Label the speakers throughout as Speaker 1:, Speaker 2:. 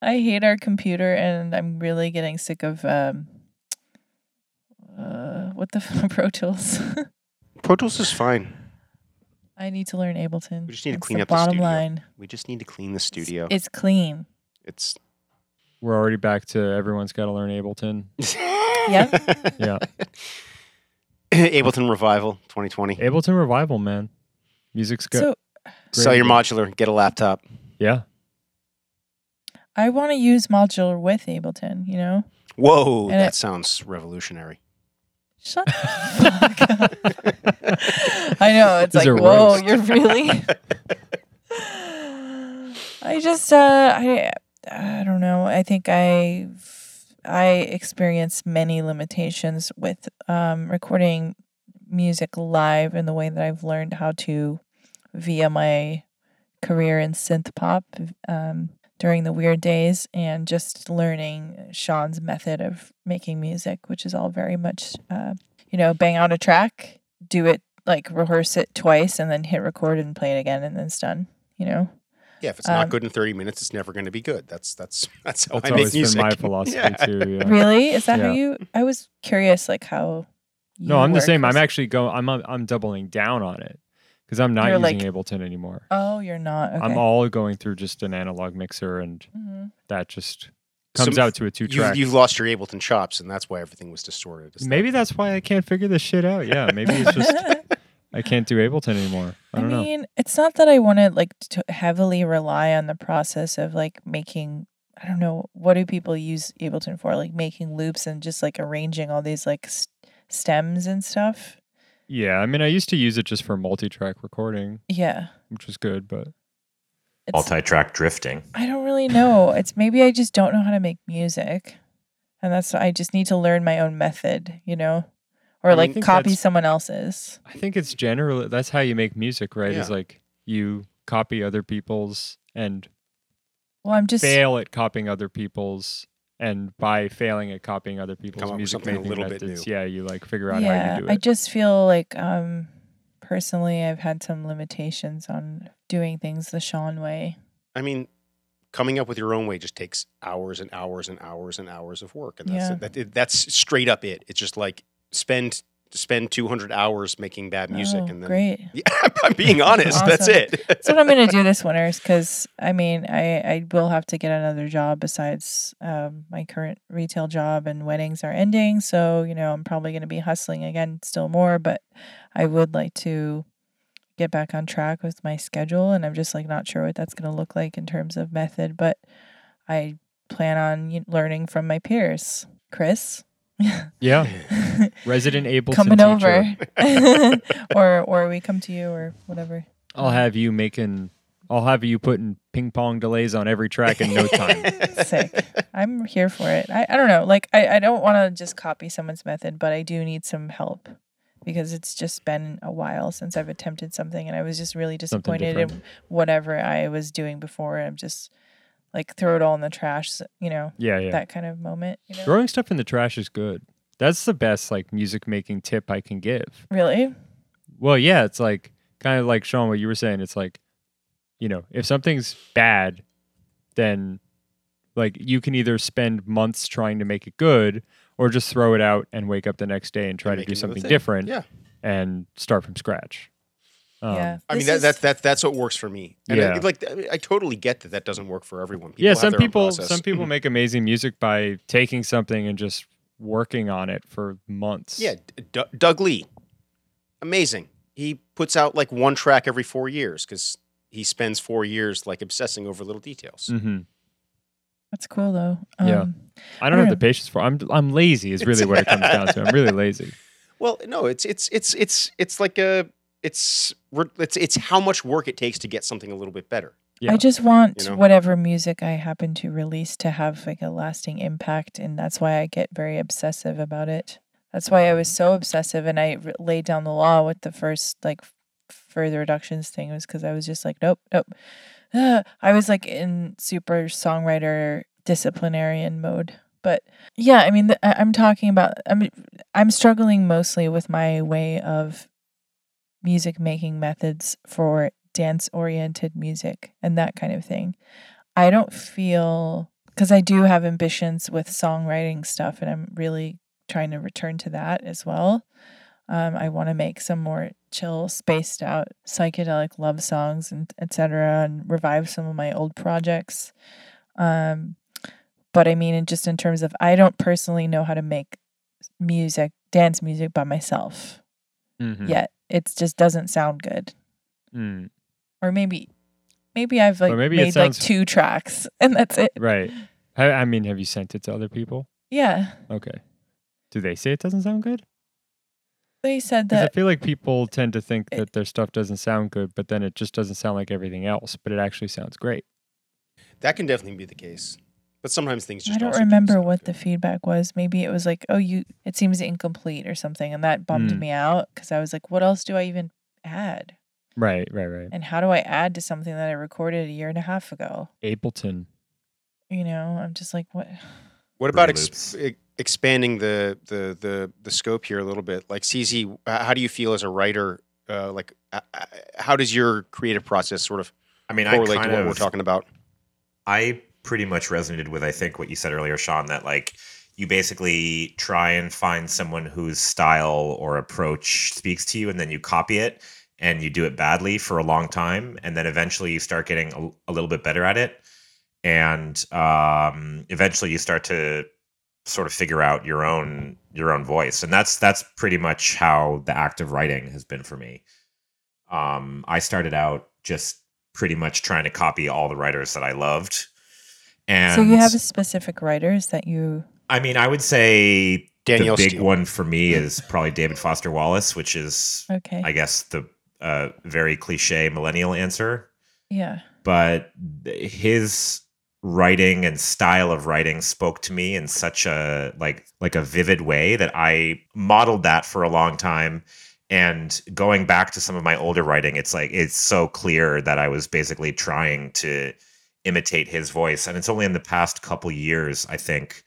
Speaker 1: I hate our computer, and I'm really getting sick of um, uh, what the f- Pro Tools.
Speaker 2: Pro Tools is fine.
Speaker 1: I need to learn Ableton.
Speaker 2: We just need to
Speaker 1: That's
Speaker 2: clean
Speaker 1: the
Speaker 2: up the
Speaker 1: bottom
Speaker 2: studio.
Speaker 1: line.
Speaker 2: We just need to clean the studio.
Speaker 1: It's clean.
Speaker 2: It's.
Speaker 3: We're already back to everyone's got to learn Ableton.
Speaker 2: yep.
Speaker 3: Yeah.
Speaker 2: Ableton Revival 2020.
Speaker 3: Ableton Revival, man. Music's good.
Speaker 1: So
Speaker 2: Sell your modular. Get a laptop.
Speaker 3: yeah.
Speaker 1: I want to use modular with Ableton. You know,
Speaker 2: Whoa,
Speaker 1: And
Speaker 2: that
Speaker 1: it-
Speaker 2: sounds revolutionary.
Speaker 1: shut the fuck up. I know it's
Speaker 3: This
Speaker 1: like,
Speaker 3: is a
Speaker 1: whoa,
Speaker 3: roast.
Speaker 1: you're really. I just, uh, I, I don't know. I think I, I experienced many limitations with um, recording music live in the way that I've learned how to via my career in synth pop um, during the weird days and just learning Sean's method of making music, which is all very much, uh, you know, bang out a track, do it like rehearse it twice and then hit record and play it again and then it's done, you know?
Speaker 2: Yeah, if it's
Speaker 1: Um,
Speaker 2: not good in 30 minutes, it's never going to be good. That's that's that's how
Speaker 3: That's
Speaker 2: I make
Speaker 3: always
Speaker 2: music.
Speaker 3: been my philosophy
Speaker 2: Yeah.
Speaker 3: too. Yeah.
Speaker 1: Really? Is that how
Speaker 3: Yeah.
Speaker 1: you I was curious like how you
Speaker 3: No, I'm the
Speaker 1: work
Speaker 3: same. I'm
Speaker 1: with-
Speaker 3: actually going. I'm I'm doubling down on it because I'm not
Speaker 1: You're
Speaker 3: using
Speaker 1: like-
Speaker 3: Ableton anymore.
Speaker 1: Oh, you're not. Okay.
Speaker 3: I'm all going through just an analog mixer, and
Speaker 1: Mhm.
Speaker 3: that just comes
Speaker 2: So
Speaker 3: out to a two
Speaker 2: You've,
Speaker 3: track.
Speaker 2: you've lost your Ableton chops, and that's why everything was distorted. Is that-
Speaker 3: Maybe that's why I can't figure this shit out. Yeah, maybe it's just I can't do Ableton anymore. I don't know.
Speaker 1: mean, it's not that I want to like to heavily rely on the process of like making. I don't know what do people use Ableton for, like making loops and just like arranging all these like s stems and stuff.
Speaker 3: Yeah, I mean, I used to use it just for multi-track recording,
Speaker 1: Yeah,
Speaker 3: which was good, but
Speaker 1: it's,
Speaker 4: Multi-track drifting.
Speaker 1: I don't really know. It's maybe I just don't know how to make music, and that's I just need to learn my own method, you know, or
Speaker 3: I mean, I
Speaker 1: like
Speaker 3: think
Speaker 1: copy
Speaker 3: that's-
Speaker 1: someone else's.
Speaker 3: I think it's generally that's how you make music, right? Is
Speaker 2: Yeah.
Speaker 3: like you copy other people's and
Speaker 1: Well, I'm just
Speaker 3: fail at copying other people's and by failing at copying other people's
Speaker 2: up with
Speaker 3: music
Speaker 2: something a
Speaker 3: making
Speaker 2: little bit
Speaker 3: methods,
Speaker 2: new.
Speaker 3: yeah, you like figure out how
Speaker 1: yeah,
Speaker 3: you do
Speaker 1: I
Speaker 3: it.
Speaker 1: just feel like um personally I've had some limitations on doing things the Sean way.
Speaker 2: I mean, coming up with your own way just takes hours and hours and hours and hours of work, and that's
Speaker 1: Yeah.
Speaker 2: it. that, that's straight up it. It's just like spend spend 200 hours making bad music,
Speaker 1: Oh,
Speaker 2: and then
Speaker 1: great.
Speaker 2: Yeah, I'm being honest. That's
Speaker 1: Awesome.
Speaker 2: it.
Speaker 1: That's what I'm gonna do this winter, because I mean, I I will have to get another job besides um, my current retail job, and weddings are ending, so you know I'm probably gonna be hustling again, still more. But I would like to get back on track with my schedule, and I'm just like not sure what that's gonna look like in terms of method, but I plan on y- learning from my peers, Chris.
Speaker 3: yeah, resident Ableton
Speaker 1: coming
Speaker 3: teacher.
Speaker 1: over or or we come to you or whatever
Speaker 3: I'll have you making. I'll have you putting ping pong delays on every track in no time.
Speaker 1: sick i'm here for it i, I don't know like i, I don't want to just copy someone's method but i do need some help because it's just been a while since i've attempted something and i was just really disappointed in
Speaker 3: different.
Speaker 1: whatever i was doing before and i'm just like throw it all in the trash s- you know
Speaker 3: yeah, yeah.
Speaker 1: that kind of moment you know
Speaker 3: Throwing stuff in the trash is good. That's the best like music making tip I can give.
Speaker 1: really
Speaker 3: Well, yeah, it's like kind of like Sean, what you were saying. It's like, you know, if something's bad, then like you can either spend months trying to make it good or just throw it out and wake up the next day and try
Speaker 2: And
Speaker 3: to
Speaker 2: make
Speaker 3: do
Speaker 2: another
Speaker 3: something
Speaker 2: thing.
Speaker 3: different
Speaker 2: Yeah.
Speaker 3: and start from scratch. Um,
Speaker 1: yeah
Speaker 2: I
Speaker 1: This
Speaker 2: mean, that,
Speaker 1: is-
Speaker 2: that, that, that's what works for me. And I-
Speaker 3: Yeah.
Speaker 2: like, I, I totally get that that doesn't work for everyone. People
Speaker 3: yeah,
Speaker 2: have
Speaker 3: some
Speaker 2: their own
Speaker 3: people
Speaker 2: process. Mm-hmm.
Speaker 3: some people make amazing music by taking something and just working on it for months.
Speaker 2: Yeah, D- D- Doug Lee, amazing. He puts out like one track every four years because he spends four years like obsessing over little details.
Speaker 3: hmm
Speaker 1: that's cool though Um,
Speaker 3: Yeah. I don't
Speaker 1: I don't-
Speaker 3: have the patience for. I'm I'm lazy. Is really what it comes down to. I'm really lazy.
Speaker 2: Well, no, it's it's it's it's it's like a it's re- it's it's how much work it takes to get something a little bit better.
Speaker 3: Yeah.
Speaker 1: I just want
Speaker 2: You know?
Speaker 1: whatever music I happen to release to have like a lasting impact, and that's why I get very obsessive about it. That's why I was
Speaker 2: Um
Speaker 1: so obsessive, and I r- laid down the law with the first like f- further reductions thing was because I was just like, nope, nope. Ah, I was like in super songwriter disciplinarian mode. But yeah, I mean, th- I- I'm talking about I'm I'm struggling mostly with my way of music making methods for dance oriented music and that kind of thing. I don't feel because I do have ambitions with songwriting stuff, and I'm really trying to return to that as well. Um, I want to make some more chill, spaced out psychedelic love songs and etc. and revive some of my old projects. Um, but I mean, in- just in terms of, I don't personally know how to make music, dance music by myself
Speaker 3: Mm-hmm.
Speaker 1: yet. It just doesn't sound good.
Speaker 3: Mm,
Speaker 1: Or maybe, maybe I've like
Speaker 3: Or maybe it
Speaker 1: made like
Speaker 3: sounds-
Speaker 1: two tracks and that's it.
Speaker 3: right. I, I mean, have you sent it to other people?
Speaker 1: Yeah.
Speaker 3: Okay. Do they say it doesn't sound good?
Speaker 1: They said
Speaker 3: Because I
Speaker 1: that
Speaker 3: feel like people tend to think that their stuff doesn't sound good, but then it just doesn't sound like everything else, but it actually sounds great.
Speaker 2: That can definitely be the case. But sometimes things just
Speaker 1: I don't
Speaker 2: also
Speaker 1: remember
Speaker 2: sound
Speaker 1: what the
Speaker 2: good.
Speaker 1: feedback was. Maybe it was like, "Oh, you it seems incomplete" or something, and that bummed
Speaker 3: Mm.
Speaker 1: me out cuz I was like, "What else do I even add?
Speaker 3: Right, right, right.
Speaker 1: And how do I add to something that I recorded a year and a half ago?"
Speaker 3: Ableton.
Speaker 1: You know, I'm just like, "What?"
Speaker 2: What about
Speaker 4: Brain
Speaker 2: ex-
Speaker 4: loops.
Speaker 2: e- expanding the, the the the scope here a little bit? Like CZ, uh, how do you feel as a writer? Uh, like, uh, uh, how does your creative process sort of
Speaker 4: I mean, I
Speaker 2: correlate
Speaker 4: kind
Speaker 2: to what
Speaker 4: of
Speaker 2: we're talking about?
Speaker 4: I pretty much resonated with I think what you said earlier, Sean, that like you basically try and find someone whose style or approach speaks to you, and then you copy it and you do it badly for a long time, and then eventually you start getting a, a little bit better at it, and um, eventually you start to sort of figure out your own your own voice, and that's that's pretty much how the act of writing has been for me. Um, I started out just pretty much trying to copy all the writers that I loved. And
Speaker 1: so you have specific writers that you
Speaker 4: I mean, I would say
Speaker 2: Danielle
Speaker 4: the big
Speaker 2: Steele.
Speaker 4: one for me is probably David Foster Wallace, which is,
Speaker 1: okay.
Speaker 4: I guess, the uh, very cliche millennial answer.
Speaker 1: yeah.
Speaker 4: But th- his writing and style of writing spoke to me in such a like like a vivid way that I modeled that for a long time. And going back to some of my older writing, it's like it's so clear that I was basically trying to imitate his voice. And it's only in the past couple years, I think,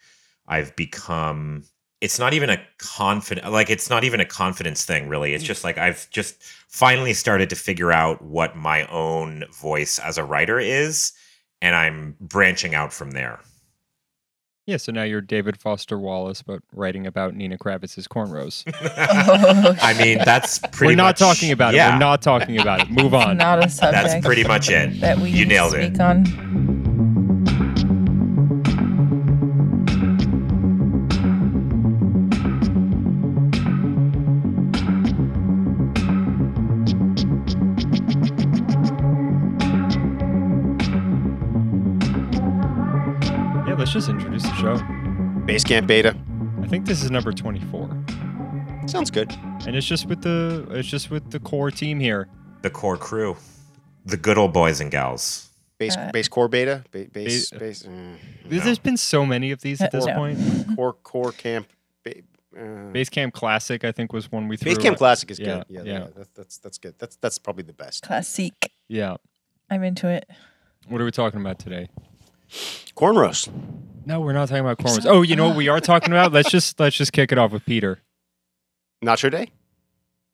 Speaker 4: I've become it's not even a confident like it's not even a confidence thing really it's just like i've just finally started to figure out what my own voice as a writer is and i'm branching out from there
Speaker 3: Yeah, so now you're David Foster Wallace, but writing about Nina Kravitz's cornrows.
Speaker 4: i mean that's pretty
Speaker 3: We're not
Speaker 4: much-
Speaker 3: talking about it.
Speaker 4: yeah
Speaker 3: We're not talking about it. Move on.
Speaker 1: Not a subject.
Speaker 4: that's pretty much it
Speaker 1: that we
Speaker 4: you nailed it
Speaker 1: speak on.
Speaker 3: yeah, let's just introduce the show.
Speaker 2: Basecamp Beta
Speaker 3: I think this is number 24.
Speaker 2: sounds good.
Speaker 3: And it's just with the it's just with the core team here.
Speaker 4: the core crew the good old boys and gals
Speaker 2: Base
Speaker 1: Uh,
Speaker 2: base core beta ba- base
Speaker 3: Ba-
Speaker 2: base mm,
Speaker 3: There's
Speaker 2: no.
Speaker 3: There's been so many of these at
Speaker 1: Uh,
Speaker 3: this
Speaker 1: no.
Speaker 3: point.
Speaker 2: core core camp. Ba- uh,
Speaker 3: Basecamp Classic, I think, was one we threw.
Speaker 2: Basecamp Classic is
Speaker 3: Yeah,
Speaker 2: good. Yeah, yeah,
Speaker 3: yeah.
Speaker 2: that- that's that's good. That's that's probably the best.
Speaker 1: Classique.
Speaker 3: Yeah.
Speaker 1: I'm into it.
Speaker 3: What are we talking about today?
Speaker 2: Cornrows.
Speaker 3: No, we're not talking about cornrows. Oh, you know what we are talking about? Let's just let's just kick it off with Peter.
Speaker 2: Nacho Day?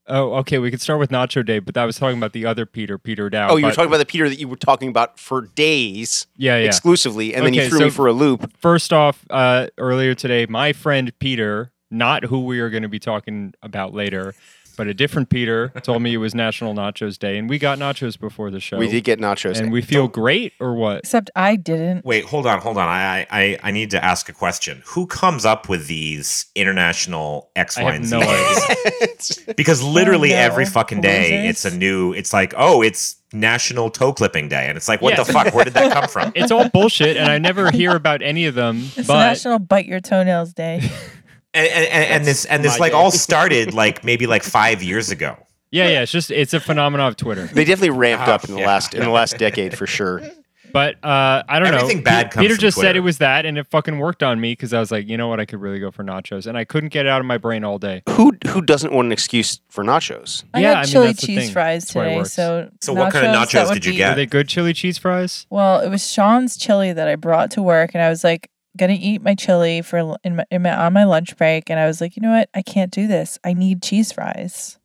Speaker 3: Oh, okay. We could start with Nacho Day, but I was talking about the other Peter, Peter Dow.
Speaker 2: Oh, you were
Speaker 3: but-
Speaker 2: talking about the Peter that you were talking about for days
Speaker 3: Yeah, yeah.
Speaker 2: exclusively, and then you
Speaker 3: Okay,
Speaker 2: threw me
Speaker 3: so-
Speaker 2: for a loop.
Speaker 3: First off, uh, earlier today, my friend Peter, not who we are going to be talking about later, but a different Peter, told me it was National Nachos Day, and we got nachos before the show.
Speaker 2: We did get nachos.
Speaker 3: and we feel great, or what?
Speaker 1: Except I didn't.
Speaker 4: wait hold on hold on i i i need to ask a question who comes up with these international x
Speaker 3: I
Speaker 4: y
Speaker 3: have
Speaker 4: and z
Speaker 3: no
Speaker 4: days?
Speaker 3: idea.
Speaker 4: because literally
Speaker 1: no.
Speaker 4: every fucking day
Speaker 1: Losers.
Speaker 4: it's a new it's like oh it's national toe clipping day and it's like what
Speaker 3: Yes.
Speaker 4: the fuck where did that come from
Speaker 3: It's all bullshit, and I never hear about any of them.
Speaker 1: It's
Speaker 3: But
Speaker 1: National Bite Your Toenails Day.
Speaker 4: and, and, and, and this and this
Speaker 2: my
Speaker 4: like
Speaker 2: day.
Speaker 4: all started like maybe like five years ago
Speaker 3: yeah, yeah, it's just it's a phenomenon of Twitter.
Speaker 2: they definitely ramped
Speaker 4: Ah,
Speaker 2: up in the
Speaker 4: yeah.
Speaker 2: last in the last decade for sure.
Speaker 3: But uh, I don't know.
Speaker 4: Everything bad
Speaker 3: Pe-
Speaker 4: comes
Speaker 3: Peter
Speaker 4: from
Speaker 3: just said
Speaker 4: Twitter.
Speaker 3: it was that, and it fucking worked on me because I was like, you know what, I could really go for nachos, and I couldn't get it out of my brain all day.
Speaker 2: Who who doesn't want an excuse for nachos?
Speaker 1: I
Speaker 3: Yeah, I
Speaker 1: had
Speaker 3: mean,
Speaker 1: chili
Speaker 3: that's the
Speaker 1: cheese
Speaker 3: thing.
Speaker 1: fries
Speaker 3: That's why it
Speaker 1: today.
Speaker 3: works.
Speaker 1: So,
Speaker 4: So what kind of
Speaker 1: that
Speaker 4: nachos
Speaker 1: would
Speaker 4: did you
Speaker 1: be-
Speaker 4: get?
Speaker 3: Are they good chili cheese fries?
Speaker 1: Well, it was Sean's chili that I brought to work, and I was like, gonna eat my chili for l- in my, in my on my lunch break, and I was like, you know what? I can't do this. I need cheese fries.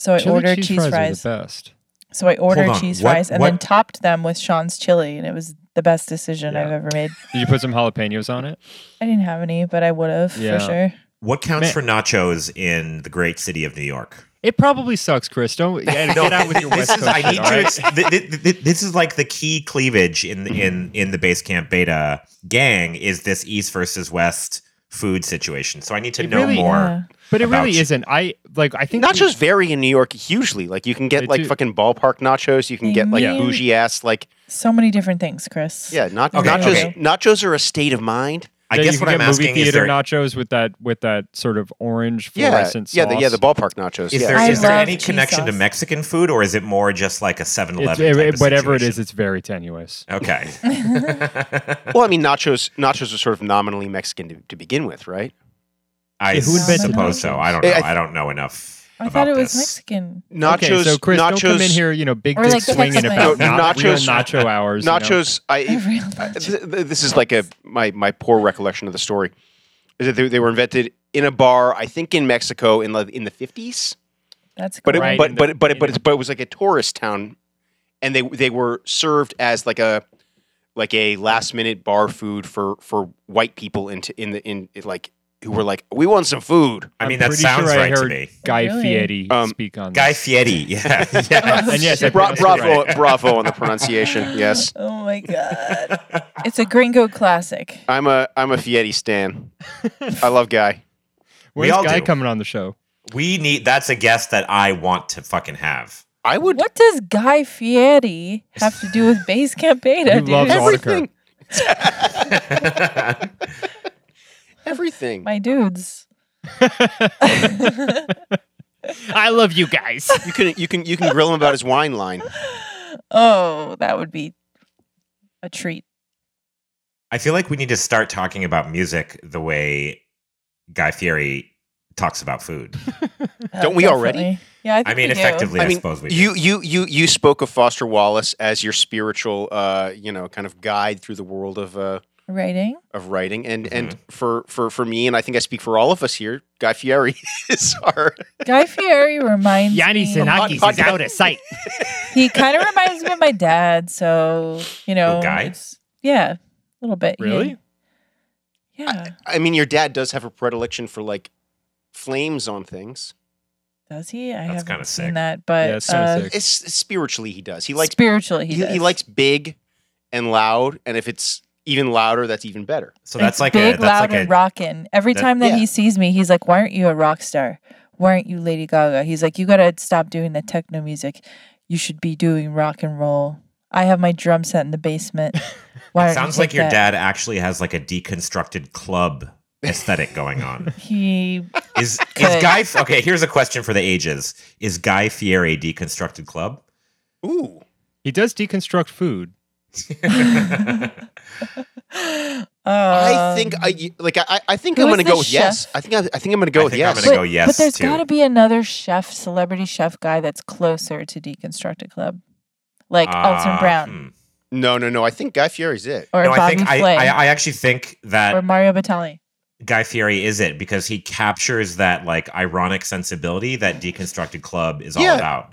Speaker 1: So I
Speaker 3: Chili
Speaker 1: ordered
Speaker 3: cheese
Speaker 1: cheese
Speaker 3: fries,
Speaker 1: fries.
Speaker 3: are the best.
Speaker 1: So I ordered
Speaker 4: on,
Speaker 1: cheese
Speaker 4: what-
Speaker 1: fries and
Speaker 4: what-
Speaker 1: then topped them with Sean's chili, and it was the best decision I've
Speaker 4: Yeah.
Speaker 1: ever made.
Speaker 3: Did you put some jalapenos on it?
Speaker 1: I didn't have any, but I would have
Speaker 3: Yeah.
Speaker 1: for sure.
Speaker 4: What
Speaker 3: Man.
Speaker 4: counts for nachos in the great city of New York?
Speaker 3: It probably sucks, Chris. Don't yeah, get out with your
Speaker 4: this
Speaker 3: West
Speaker 4: is,
Speaker 3: Coast.
Speaker 4: I
Speaker 3: shit,
Speaker 4: need you
Speaker 3: all
Speaker 4: to
Speaker 3: right?
Speaker 4: ex- th- th- th- this is like the key cleavage in in in the Basecamp Beta gang is this East versus West food situation. So I need to
Speaker 3: It
Speaker 4: know
Speaker 3: really-
Speaker 4: more.
Speaker 1: Yeah.
Speaker 3: But it
Speaker 4: about
Speaker 3: really
Speaker 4: you.
Speaker 3: isn't. I like. I think we-
Speaker 2: Nachos vary in New York hugely. Like you can
Speaker 3: They
Speaker 2: get like
Speaker 3: do.
Speaker 2: fucking ballpark nachos. You can get like
Speaker 1: Yeah.
Speaker 2: bougie ass like
Speaker 1: So many different things, Chris.
Speaker 2: yeah. Not,
Speaker 4: Okay,
Speaker 2: nachos.
Speaker 4: okay.
Speaker 2: Nachos are a state of mind.
Speaker 4: I
Speaker 3: Yeah,
Speaker 4: guess
Speaker 3: you
Speaker 4: what
Speaker 3: can
Speaker 4: I'm
Speaker 3: get movie
Speaker 4: asking is
Speaker 3: theater
Speaker 4: there,
Speaker 3: nachos with that with that sort of orange
Speaker 2: Yeah,
Speaker 3: fluorescent
Speaker 2: yeah, the, yeah.
Speaker 3: sauce.
Speaker 2: The ballpark nachos.
Speaker 4: is
Speaker 2: yeah.
Speaker 4: there
Speaker 1: I
Speaker 4: is there
Speaker 1: love
Speaker 4: any
Speaker 1: cheese
Speaker 4: connection to
Speaker 1: sauce.
Speaker 4: Mexican food or is it more just like a 7-Eleven?
Speaker 3: It's-
Speaker 4: type
Speaker 3: it-
Speaker 4: of
Speaker 3: whatever it is,
Speaker 4: situation?
Speaker 3: it's very tenuous.
Speaker 4: Okay.
Speaker 2: well, I mean, nachos. Nachos are sort of nominally Mexican to, to begin with, right?
Speaker 4: I
Speaker 3: Yeah, who
Speaker 1: invented
Speaker 4: suppose so.
Speaker 3: nachos?
Speaker 4: I don't know.
Speaker 2: Yeah, I
Speaker 4: I,
Speaker 2: th-
Speaker 4: don't know enough.
Speaker 1: I
Speaker 4: about
Speaker 1: thought it was
Speaker 4: this.
Speaker 1: Mexican.
Speaker 2: Nachos.
Speaker 3: okay, so Chris,
Speaker 2: nachos.
Speaker 3: don't come in here, you know, big
Speaker 1: Or
Speaker 3: dick
Speaker 1: like
Speaker 3: swinging
Speaker 1: Texas
Speaker 3: about
Speaker 2: No,
Speaker 3: not real
Speaker 2: nachos-
Speaker 3: nacho hours. you know?
Speaker 2: Nachos. I
Speaker 1: Real
Speaker 2: I-
Speaker 1: nacho.
Speaker 2: th- th- this is like a my my poor recollection of the story is that they, they were invented in a bar i think in mexico in like in the 50s
Speaker 1: That's
Speaker 2: but it,
Speaker 1: great.
Speaker 3: Right,
Speaker 2: but
Speaker 3: in the-
Speaker 2: but but it, but, it's, but it was like a tourist town and they they were served as like a like a last minute bar food for for white people into in the in it like who were like we want some food
Speaker 4: I
Speaker 3: I'm
Speaker 4: mean, that
Speaker 3: pretty sure
Speaker 4: sounds
Speaker 3: I
Speaker 4: right to
Speaker 3: heard
Speaker 4: me.
Speaker 3: Guy
Speaker 1: Really? Oh,
Speaker 3: Fieri
Speaker 2: Um,
Speaker 3: speak on
Speaker 4: Guy
Speaker 3: this.
Speaker 4: Fieri. Yeah. yeah.
Speaker 3: And yes, I
Speaker 2: Bra-
Speaker 3: pronounced it
Speaker 2: bravo
Speaker 3: right.
Speaker 2: bravo on the pronunciation yes
Speaker 1: Oh my god. it's a gringo classic.
Speaker 2: i'm a i'm a fieri stan i love guy
Speaker 3: When's
Speaker 4: all
Speaker 3: Guy
Speaker 4: do.
Speaker 3: coming on the show?
Speaker 4: We need that's a guest that I want to fucking have.
Speaker 2: i would
Speaker 1: What does Guy Fieri have to do with Basecamp Beta?
Speaker 3: Who
Speaker 1: dude?
Speaker 3: loves all-
Speaker 2: everything everything
Speaker 1: my dudes.
Speaker 3: I love you guys.
Speaker 2: You can you can you can grill him about his wine line.
Speaker 1: Oh, that would be a treat.
Speaker 4: I feel like we need to start talking about music the way Guy Fieri talks about food.
Speaker 1: Uh,
Speaker 2: Don't we already?
Speaker 1: definitely. Yeah, I, think
Speaker 4: I mean,
Speaker 1: we do.
Speaker 4: effectively, I,
Speaker 2: I mean,
Speaker 4: suppose we. do.
Speaker 2: You you you you spoke of Foster Wallace as your spiritual uh, you know, kind of guide through the world of uh
Speaker 1: Writing.
Speaker 2: of writing and and for for for me and I think I speak for all of us here, Guy Fieri is our
Speaker 1: Guy Fieri reminds me.
Speaker 2: Podcast.
Speaker 3: of sight.
Speaker 1: He kind of reminds me of my dad, so you know.
Speaker 4: Guy?
Speaker 1: it's- Yeah, a little bit. yeah.
Speaker 3: Really?
Speaker 1: Yeah.
Speaker 2: I mean your dad does have a predilection for like flames on things.
Speaker 1: Does he? I
Speaker 4: That's
Speaker 1: haven't
Speaker 4: kinda
Speaker 1: seen
Speaker 4: sick.
Speaker 1: that, but
Speaker 3: Yeah, it's kinda
Speaker 1: uh,
Speaker 3: sick.
Speaker 2: It's it's spiritually he does. He likes
Speaker 1: spiritually he,
Speaker 2: he, he
Speaker 1: does.
Speaker 2: likes big and loud and if it's even louder that's even better.
Speaker 4: so that's
Speaker 1: It's
Speaker 4: like
Speaker 1: big,
Speaker 4: a that's
Speaker 1: loud,
Speaker 4: like a
Speaker 1: and rockin'. Every
Speaker 4: that-
Speaker 1: time that
Speaker 2: Yeah.
Speaker 1: he sees me, he's like, "Why aren't you a rock star? Why aren't you Lady Gaga?" He's like, "You gotta stop doing the techno music. You should be doing rock and roll." I have my drum set in the basement. Why aren't you
Speaker 4: sounds like
Speaker 1: take
Speaker 4: your
Speaker 1: that?"
Speaker 4: dad actually has like a deconstructed club aesthetic going on.
Speaker 1: He
Speaker 4: Is is
Speaker 1: Could.
Speaker 4: Guy okay? Here's a question for the ages: Is Guy Fieri deconstructed club?
Speaker 2: Ooh.
Speaker 3: He does deconstruct food.
Speaker 1: um,
Speaker 2: I think I y- like I I think
Speaker 1: who
Speaker 2: I'm
Speaker 1: was
Speaker 2: going to
Speaker 1: the
Speaker 2: go with yes.
Speaker 1: chef?
Speaker 2: I think I, I think I'm going to go
Speaker 4: I
Speaker 2: with
Speaker 4: think I'm
Speaker 2: yes.
Speaker 4: gonna
Speaker 1: but,
Speaker 4: go yes,
Speaker 1: but there's
Speaker 4: too.
Speaker 1: got to be another chef, celebrity chef guy that's closer to Deconstructed Club, like Elton
Speaker 4: Ah,
Speaker 1: Brown
Speaker 4: hmm.
Speaker 2: No, no, no. I think Guy Fieri's it.
Speaker 1: or
Speaker 4: No, I
Speaker 1: Bobby
Speaker 4: think I,
Speaker 1: Flay
Speaker 4: I I actually think that
Speaker 1: or Mario Batali.
Speaker 4: Guy Fieri is it because he captures that like ironic sensibility that deconstructed club is all
Speaker 2: Yeah.
Speaker 4: about.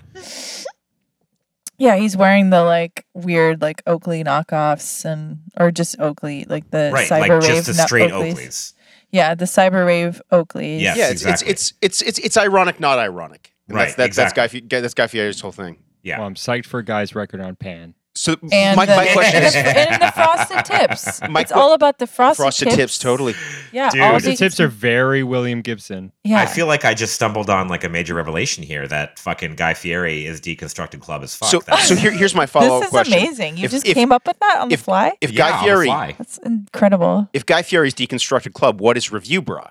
Speaker 1: Yeah, he's wearing the like weird like Oakley knockoffs and or just Oakley like the
Speaker 4: right,
Speaker 1: cyber
Speaker 4: like
Speaker 1: rave
Speaker 4: just the
Speaker 1: no-
Speaker 4: straight
Speaker 1: Oakleys.
Speaker 4: Oakleys.
Speaker 1: Yeah, the cyber rave Oakleys.
Speaker 4: Yes,
Speaker 2: yeah, it's,
Speaker 4: exactly.
Speaker 2: it's, it's it's it's it's ironic, not ironic. And
Speaker 4: Right,
Speaker 2: That's that's,
Speaker 4: exactly.
Speaker 2: that's Guy Fie- that's Guy Fieri's whole thing.
Speaker 4: Yeah.
Speaker 3: Well, I'm psyched for Guy's record on Pan.
Speaker 2: So
Speaker 1: And,
Speaker 2: my,
Speaker 1: the,
Speaker 2: my question
Speaker 1: and,
Speaker 2: is
Speaker 1: the, and the frosted tips.
Speaker 2: My
Speaker 1: it's
Speaker 2: que-
Speaker 1: all about the frosted,
Speaker 2: frosted
Speaker 1: tips.
Speaker 2: tips. totally.
Speaker 1: Yeah,
Speaker 4: Dude.
Speaker 1: all
Speaker 4: Frosted
Speaker 3: The
Speaker 1: Deconstru-
Speaker 3: tips are very William Gibson.
Speaker 1: Yeah,
Speaker 4: I feel like I just stumbled on like a major revelation here that fucking Guy Fieri is deconstructed club as fuck.
Speaker 2: So
Speaker 4: That's-
Speaker 2: so here, here's my follow
Speaker 1: this
Speaker 2: up
Speaker 1: is
Speaker 2: question.
Speaker 1: amazing. You
Speaker 2: If-
Speaker 1: just
Speaker 2: if-
Speaker 1: came up with that on
Speaker 2: if-
Speaker 1: the fly.
Speaker 2: If
Speaker 4: Yeah, on
Speaker 2: Guy
Speaker 4: the
Speaker 2: Fieri
Speaker 4: fly.
Speaker 1: That's incredible.
Speaker 2: if Guy Fieri's deconstructed club, what is Review Bra?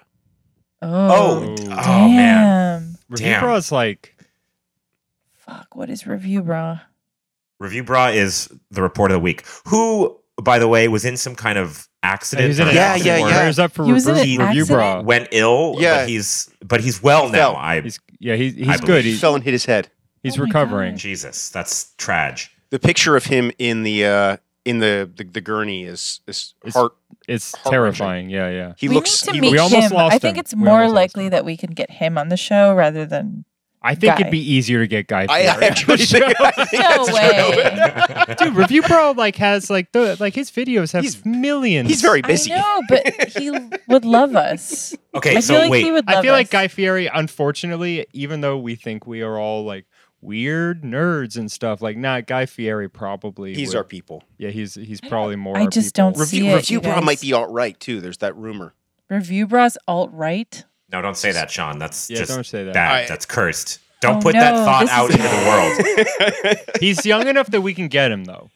Speaker 1: Oh,
Speaker 4: Oh, oh,
Speaker 1: damn.
Speaker 4: man.
Speaker 3: Review
Speaker 4: Damn.
Speaker 3: Bra is like
Speaker 1: Fuck, what is review bra?
Speaker 4: Review Bra is the report of the week. Who, by the way, was in some kind of accident.
Speaker 3: he's in
Speaker 4: or
Speaker 3: an
Speaker 2: Yeah,
Speaker 4: accident
Speaker 2: yeah,
Speaker 3: accident.
Speaker 4: or
Speaker 2: yeah.
Speaker 3: Runners up for
Speaker 1: He was in
Speaker 3: Review-
Speaker 4: an
Speaker 3: Review Bra.
Speaker 4: Went ill,
Speaker 2: Yeah.
Speaker 4: but he's but he's well now.
Speaker 2: fell.
Speaker 4: I
Speaker 3: He's yeah, he's
Speaker 4: I
Speaker 3: he's
Speaker 4: believe
Speaker 3: good.
Speaker 2: He
Speaker 3: He's,
Speaker 2: fell and hit his head.
Speaker 3: he's
Speaker 1: Oh my
Speaker 3: recovering.
Speaker 1: God.
Speaker 4: Jesus, that's trage.
Speaker 2: The picture of him in the uh, in the, the the gurney is is
Speaker 3: It's-
Speaker 2: heart.
Speaker 3: It's
Speaker 2: Heart-wrenching.
Speaker 3: terrifying. Yeah, yeah.
Speaker 2: He
Speaker 1: we
Speaker 2: looks.
Speaker 1: need to
Speaker 2: he
Speaker 1: meet
Speaker 3: We
Speaker 2: looks
Speaker 3: almost
Speaker 1: him.
Speaker 3: lost
Speaker 1: I think
Speaker 3: him.
Speaker 1: it's
Speaker 3: We
Speaker 1: more
Speaker 3: almost lost
Speaker 1: likely
Speaker 3: him.
Speaker 1: that we can get him on the show rather than
Speaker 3: I think
Speaker 1: Guy.
Speaker 3: it'd be easier to get Guy.
Speaker 2: I, I
Speaker 3: Fieri on
Speaker 2: actually
Speaker 3: the
Speaker 2: think,
Speaker 3: show.
Speaker 2: I think
Speaker 1: No
Speaker 2: that's
Speaker 1: way.
Speaker 3: dude. Review Pro like has like the like his videos have
Speaker 2: He's-
Speaker 3: millions.
Speaker 2: true. He's very busy.
Speaker 1: I know, but he would love us.
Speaker 4: Okay,
Speaker 1: I
Speaker 4: so
Speaker 1: feel like
Speaker 4: wait.
Speaker 1: he would. Love
Speaker 3: I feel like
Speaker 1: us.
Speaker 3: Guy Fieri, unfortunately, even though we think we are all like weird nerds and stuff, like not nah, Guy Fieri probably.
Speaker 2: He's
Speaker 3: would-
Speaker 2: our people.
Speaker 3: yeah. He's he's
Speaker 1: I don't-
Speaker 3: probably more.
Speaker 1: I
Speaker 3: our
Speaker 1: just
Speaker 3: people.
Speaker 1: don't see-
Speaker 2: Review
Speaker 1: it,
Speaker 2: review
Speaker 1: you
Speaker 2: bra
Speaker 1: guys.
Speaker 2: might be alt right too. There's that rumor.
Speaker 1: review bras alt right.
Speaker 4: no, don't say that, Sean. That's
Speaker 3: Yeah,
Speaker 4: just
Speaker 3: don't say that.
Speaker 4: bad.
Speaker 2: I-
Speaker 4: that's cursed. Don't
Speaker 1: Oh,
Speaker 4: put that
Speaker 1: no,
Speaker 4: thought
Speaker 1: this is
Speaker 4: out into the world.
Speaker 3: He's young enough that we can get him though.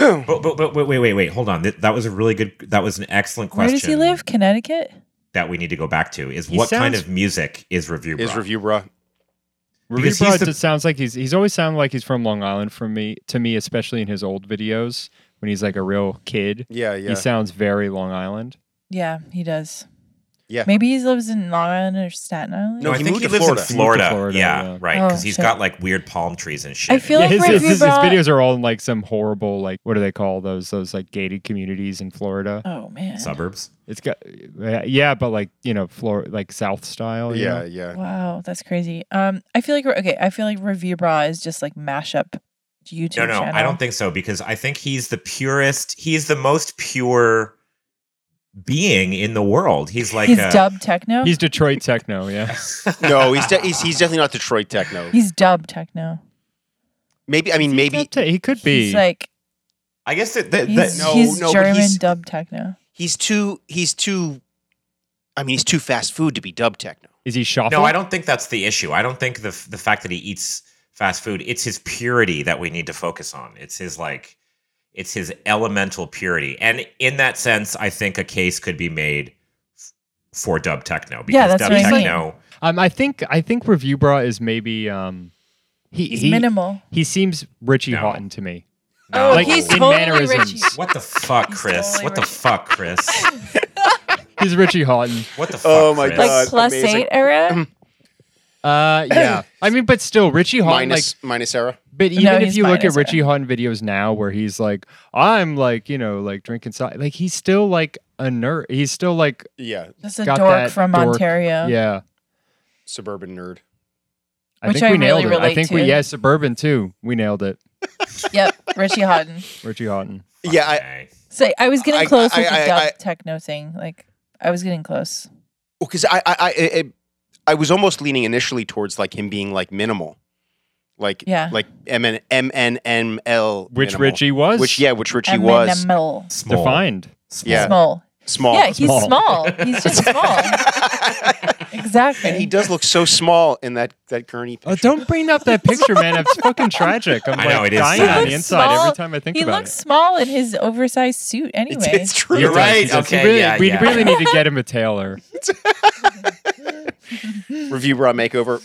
Speaker 4: But, but, but wait, wait, wait, wait. Hold on. Th- That was a really good. That was an excellent
Speaker 1: Where
Speaker 4: question.
Speaker 1: does he live? Connecticut.
Speaker 4: That we need to go back to is
Speaker 3: He
Speaker 4: what kind
Speaker 3: sounds-
Speaker 4: of music is review?
Speaker 2: Is
Speaker 4: rock?
Speaker 2: review bra?
Speaker 3: Rudy
Speaker 4: Because he's
Speaker 3: Broad
Speaker 4: the-
Speaker 3: just sounds like he's he's always sounded like he's from Long Island from me to me, especially in his old videos when he's like a real kid.
Speaker 2: Yeah, yeah.
Speaker 3: He sounds very Long Island.
Speaker 1: Yeah, he does.
Speaker 2: Yeah.
Speaker 1: Maybe he lives in Long Island or Staten Island.
Speaker 4: No,
Speaker 2: No,
Speaker 4: I
Speaker 2: he
Speaker 4: think
Speaker 2: moved
Speaker 4: he
Speaker 2: to
Speaker 4: lives
Speaker 2: Florida.
Speaker 4: in
Speaker 3: He
Speaker 4: Florida.
Speaker 3: moved to Florida,
Speaker 4: yeah,
Speaker 3: yeah.
Speaker 4: right.
Speaker 1: Oh,
Speaker 4: Because he's
Speaker 1: shit.
Speaker 4: got like weird palm trees and shit.
Speaker 1: I feel like
Speaker 3: his,
Speaker 1: Review
Speaker 3: his, his
Speaker 1: Bra-
Speaker 3: videos are all in like some horrible like what do they call those those like gated communities in Florida.
Speaker 1: Oh man.
Speaker 4: suburbs.
Speaker 3: It's got yeah, but like you know, Florida like South style. you
Speaker 2: "Oh, Yeah,
Speaker 3: know?
Speaker 2: yeah.
Speaker 1: Wow, that's crazy. Um, I feel like we're- okay. I feel like Review Bra is just like mashup YouTube.
Speaker 4: No, no,
Speaker 1: channel.
Speaker 4: I don't think so because I think he's the purest. He's the most pure being in the world. He's like uh,
Speaker 1: he's
Speaker 4: a,
Speaker 1: dub techno.
Speaker 3: he's
Speaker 1: He's,
Speaker 3: Detroit techno. Yeah,
Speaker 2: No, he's, de- he's he's definitely not Detroit techno.
Speaker 1: dub techno.
Speaker 2: Maybe I mean maybe
Speaker 3: Not to- he could be.
Speaker 1: He's like
Speaker 4: I guess that, that, that
Speaker 1: he's,
Speaker 2: no,
Speaker 1: he's
Speaker 2: no, but
Speaker 1: German
Speaker 2: he's-
Speaker 1: dub techno.
Speaker 2: he's too he's too. I mean, he's too fast food to be dub techno.
Speaker 3: Is he shuffle?
Speaker 4: No, I don't think that's the issue. I don't think the f- the fact that he eats fast food. It's his purity that we need to focus on. It's his like, it's his elemental purity, and in that sense, I think a case could be made f- for dub techno because
Speaker 1: that's
Speaker 4: dub
Speaker 1: what
Speaker 3: I mean.
Speaker 4: techno.
Speaker 3: Um, I think I think Review Bra is maybe um, he
Speaker 1: He's
Speaker 3: he,
Speaker 1: minimal.
Speaker 3: he seems Richie
Speaker 4: No.
Speaker 3: Houghton to me.
Speaker 1: Oh,
Speaker 3: like
Speaker 1: he's
Speaker 3: in
Speaker 1: totally
Speaker 3: mannerisms.
Speaker 1: Richie.
Speaker 4: What the fuck,
Speaker 1: He's
Speaker 4: Chris?
Speaker 1: totally
Speaker 4: What the
Speaker 1: right.
Speaker 4: fuck, Chris?
Speaker 3: He's Richie Houghton.
Speaker 4: What the fuck?
Speaker 2: Oh my
Speaker 4: Chris?
Speaker 1: Like
Speaker 2: God,
Speaker 1: plus
Speaker 2: amazing.
Speaker 1: eight era.
Speaker 3: Uh, yeah. I mean, but still, Richie Houghton.
Speaker 2: Minus minus Sarah.
Speaker 3: like, but
Speaker 1: No,
Speaker 3: even if
Speaker 1: he's
Speaker 3: you look at
Speaker 1: minus,
Speaker 3: Richie Houghton videos now, where he's like, I'm like, you know, like drinking cider. Like he's still like a nerd. He's still like,
Speaker 2: Yeah,
Speaker 1: Just a
Speaker 3: Got
Speaker 1: dork
Speaker 3: that
Speaker 1: from
Speaker 3: dork.
Speaker 1: Ontario.
Speaker 3: yeah.
Speaker 2: suburban nerd.
Speaker 3: I
Speaker 1: Which
Speaker 3: think
Speaker 1: I
Speaker 3: we nailed
Speaker 1: really
Speaker 3: it. I
Speaker 1: relate
Speaker 3: think we
Speaker 1: to.
Speaker 3: yeah, suburban too. We nailed it,
Speaker 1: Yep. Richie Houghton.
Speaker 3: Richie Houghton.
Speaker 2: Yeah, I,
Speaker 4: Okay.
Speaker 1: So I was
Speaker 2: I-
Speaker 1: getting close with
Speaker 2: I- I-
Speaker 1: the dub
Speaker 2: I-
Speaker 1: techno thing. Like I was getting close.
Speaker 2: because I I, I I I was almost leaning initially towards like him being like minimal, like
Speaker 1: Yeah.
Speaker 2: like M N M N M L.
Speaker 3: Which
Speaker 2: minimal.
Speaker 3: Richie was?
Speaker 2: Which yeah, which Richie
Speaker 1: I'm in
Speaker 2: was
Speaker 1: the middle.
Speaker 4: small.
Speaker 3: defined.
Speaker 4: Small.
Speaker 2: Yeah.
Speaker 1: Small.
Speaker 2: small.
Speaker 1: yeah, he's
Speaker 3: Small.
Speaker 1: small. He's just small. exactly.
Speaker 2: and he does look so small in that that gurney. Picture.
Speaker 3: Oh, don't bring up that picture, man. It's fucking tragic. I'm
Speaker 4: I
Speaker 3: like
Speaker 4: know, it is
Speaker 3: dying
Speaker 4: sad.
Speaker 3: on
Speaker 1: He
Speaker 3: the
Speaker 1: looks
Speaker 3: inside every
Speaker 1: small.
Speaker 3: time I think
Speaker 1: he
Speaker 3: about
Speaker 1: looks
Speaker 3: it.
Speaker 1: small in his oversized suit
Speaker 2: It's,
Speaker 1: anyway.
Speaker 2: it's true.
Speaker 4: You're
Speaker 3: He does,
Speaker 4: right.
Speaker 3: he does. We
Speaker 4: Okay,
Speaker 3: really-
Speaker 4: yeah,
Speaker 3: we
Speaker 4: yeah.
Speaker 3: really need to get him a tailor.
Speaker 2: Review bra makeover.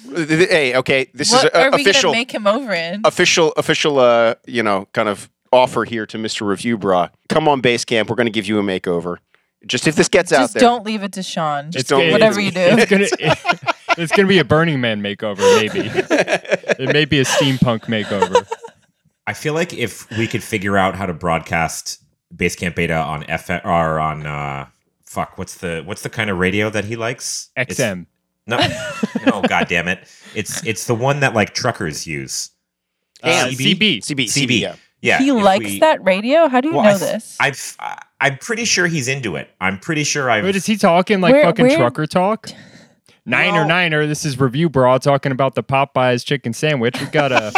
Speaker 2: Hey, okay, this is
Speaker 1: what
Speaker 2: a-
Speaker 1: are we
Speaker 2: official,
Speaker 1: gonna make him over in?
Speaker 2: official, official. Uh, you know, kind of offer here to Mr. Review Bra. Come on, Basecamp. We're going to give you a makeover. Just if this gets out
Speaker 1: Just
Speaker 2: there.
Speaker 1: don't leave it to Sean.
Speaker 2: Just
Speaker 3: It's
Speaker 2: don't
Speaker 3: gonna-
Speaker 1: Whatever you
Speaker 3: it's-
Speaker 1: do.
Speaker 3: It's gonna, it's gonna be a Burning Man makeover, maybe. it may be a steampunk makeover.
Speaker 4: I feel like if we could figure out how to broadcast Basecamp Beta on FM or on uh, fuck, what's the what's the kind of radio that he likes? It's-
Speaker 3: XM.
Speaker 4: no, no, god damn it! It's it's the one that like truckers use.
Speaker 3: Uh,
Speaker 2: CB?
Speaker 3: CB.
Speaker 2: CB,
Speaker 4: CB.
Speaker 2: CB, yeah.
Speaker 4: Yeah,
Speaker 1: he
Speaker 4: if
Speaker 1: likes
Speaker 4: we-
Speaker 1: that radio. How do you
Speaker 4: Well,
Speaker 1: know
Speaker 4: I f-
Speaker 1: this?
Speaker 4: I've I- I'm pretty sure he's into it. I'm pretty sure I've.
Speaker 3: Wait, is he talking like
Speaker 1: Where-
Speaker 3: fucking
Speaker 1: where-
Speaker 3: trucker talk? Niner
Speaker 4: No.
Speaker 3: Niner, this is Review Bra talking about the Popeyes chicken sandwich. We got a